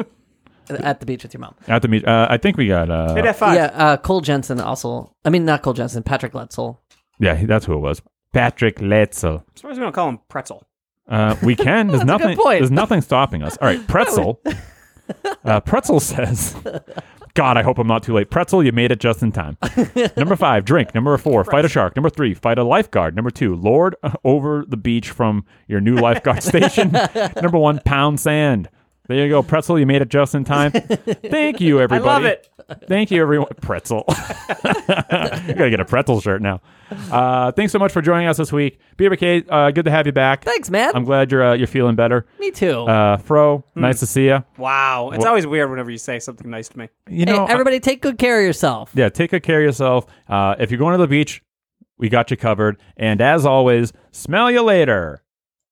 [SPEAKER 3] At the beach with your mom.
[SPEAKER 2] At the meet, uh, I think we got uh,
[SPEAKER 1] Hit F5.
[SPEAKER 3] Yeah, uh, Cole Jensen also. I mean, not Cole Jensen, Patrick Letzel.
[SPEAKER 2] yeah, that's who it was. Patrick Letzel.
[SPEAKER 1] I suppose we don't call him pretzel.
[SPEAKER 2] Uh, we can. There's
[SPEAKER 3] That's a good
[SPEAKER 2] nothing.
[SPEAKER 3] point.
[SPEAKER 2] There's nothing stopping us. All right, pretzel. Uh, pretzel says, "God, I hope I'm not too late." Pretzel, you made it just in time. Number five, drink. Number four, fight a shark. Number three, fight a lifeguard. Number two, lord uh, over the beach from your new lifeguard station. Number one, pound sand. There you go, pretzel. You made it just in time. Thank you, everybody.
[SPEAKER 1] love it.
[SPEAKER 2] Thank you, everyone. Pretzel. you gotta get a pretzel shirt now. Uh, thanks so much for joining us this week, BBK. Uh, good to have you back.
[SPEAKER 3] Thanks, man.
[SPEAKER 2] I'm glad you're uh, you're feeling better.
[SPEAKER 3] Me too.
[SPEAKER 2] Uh, Fro, nice to see you.
[SPEAKER 1] Wow. It's always weird whenever you say something nice to me.
[SPEAKER 2] You
[SPEAKER 3] hey,
[SPEAKER 2] know, I-
[SPEAKER 3] everybody, take good care of yourself.
[SPEAKER 2] yeah, take good care of yourself. Uh, if you're going to the beach, we got you covered. And as always, smell you later.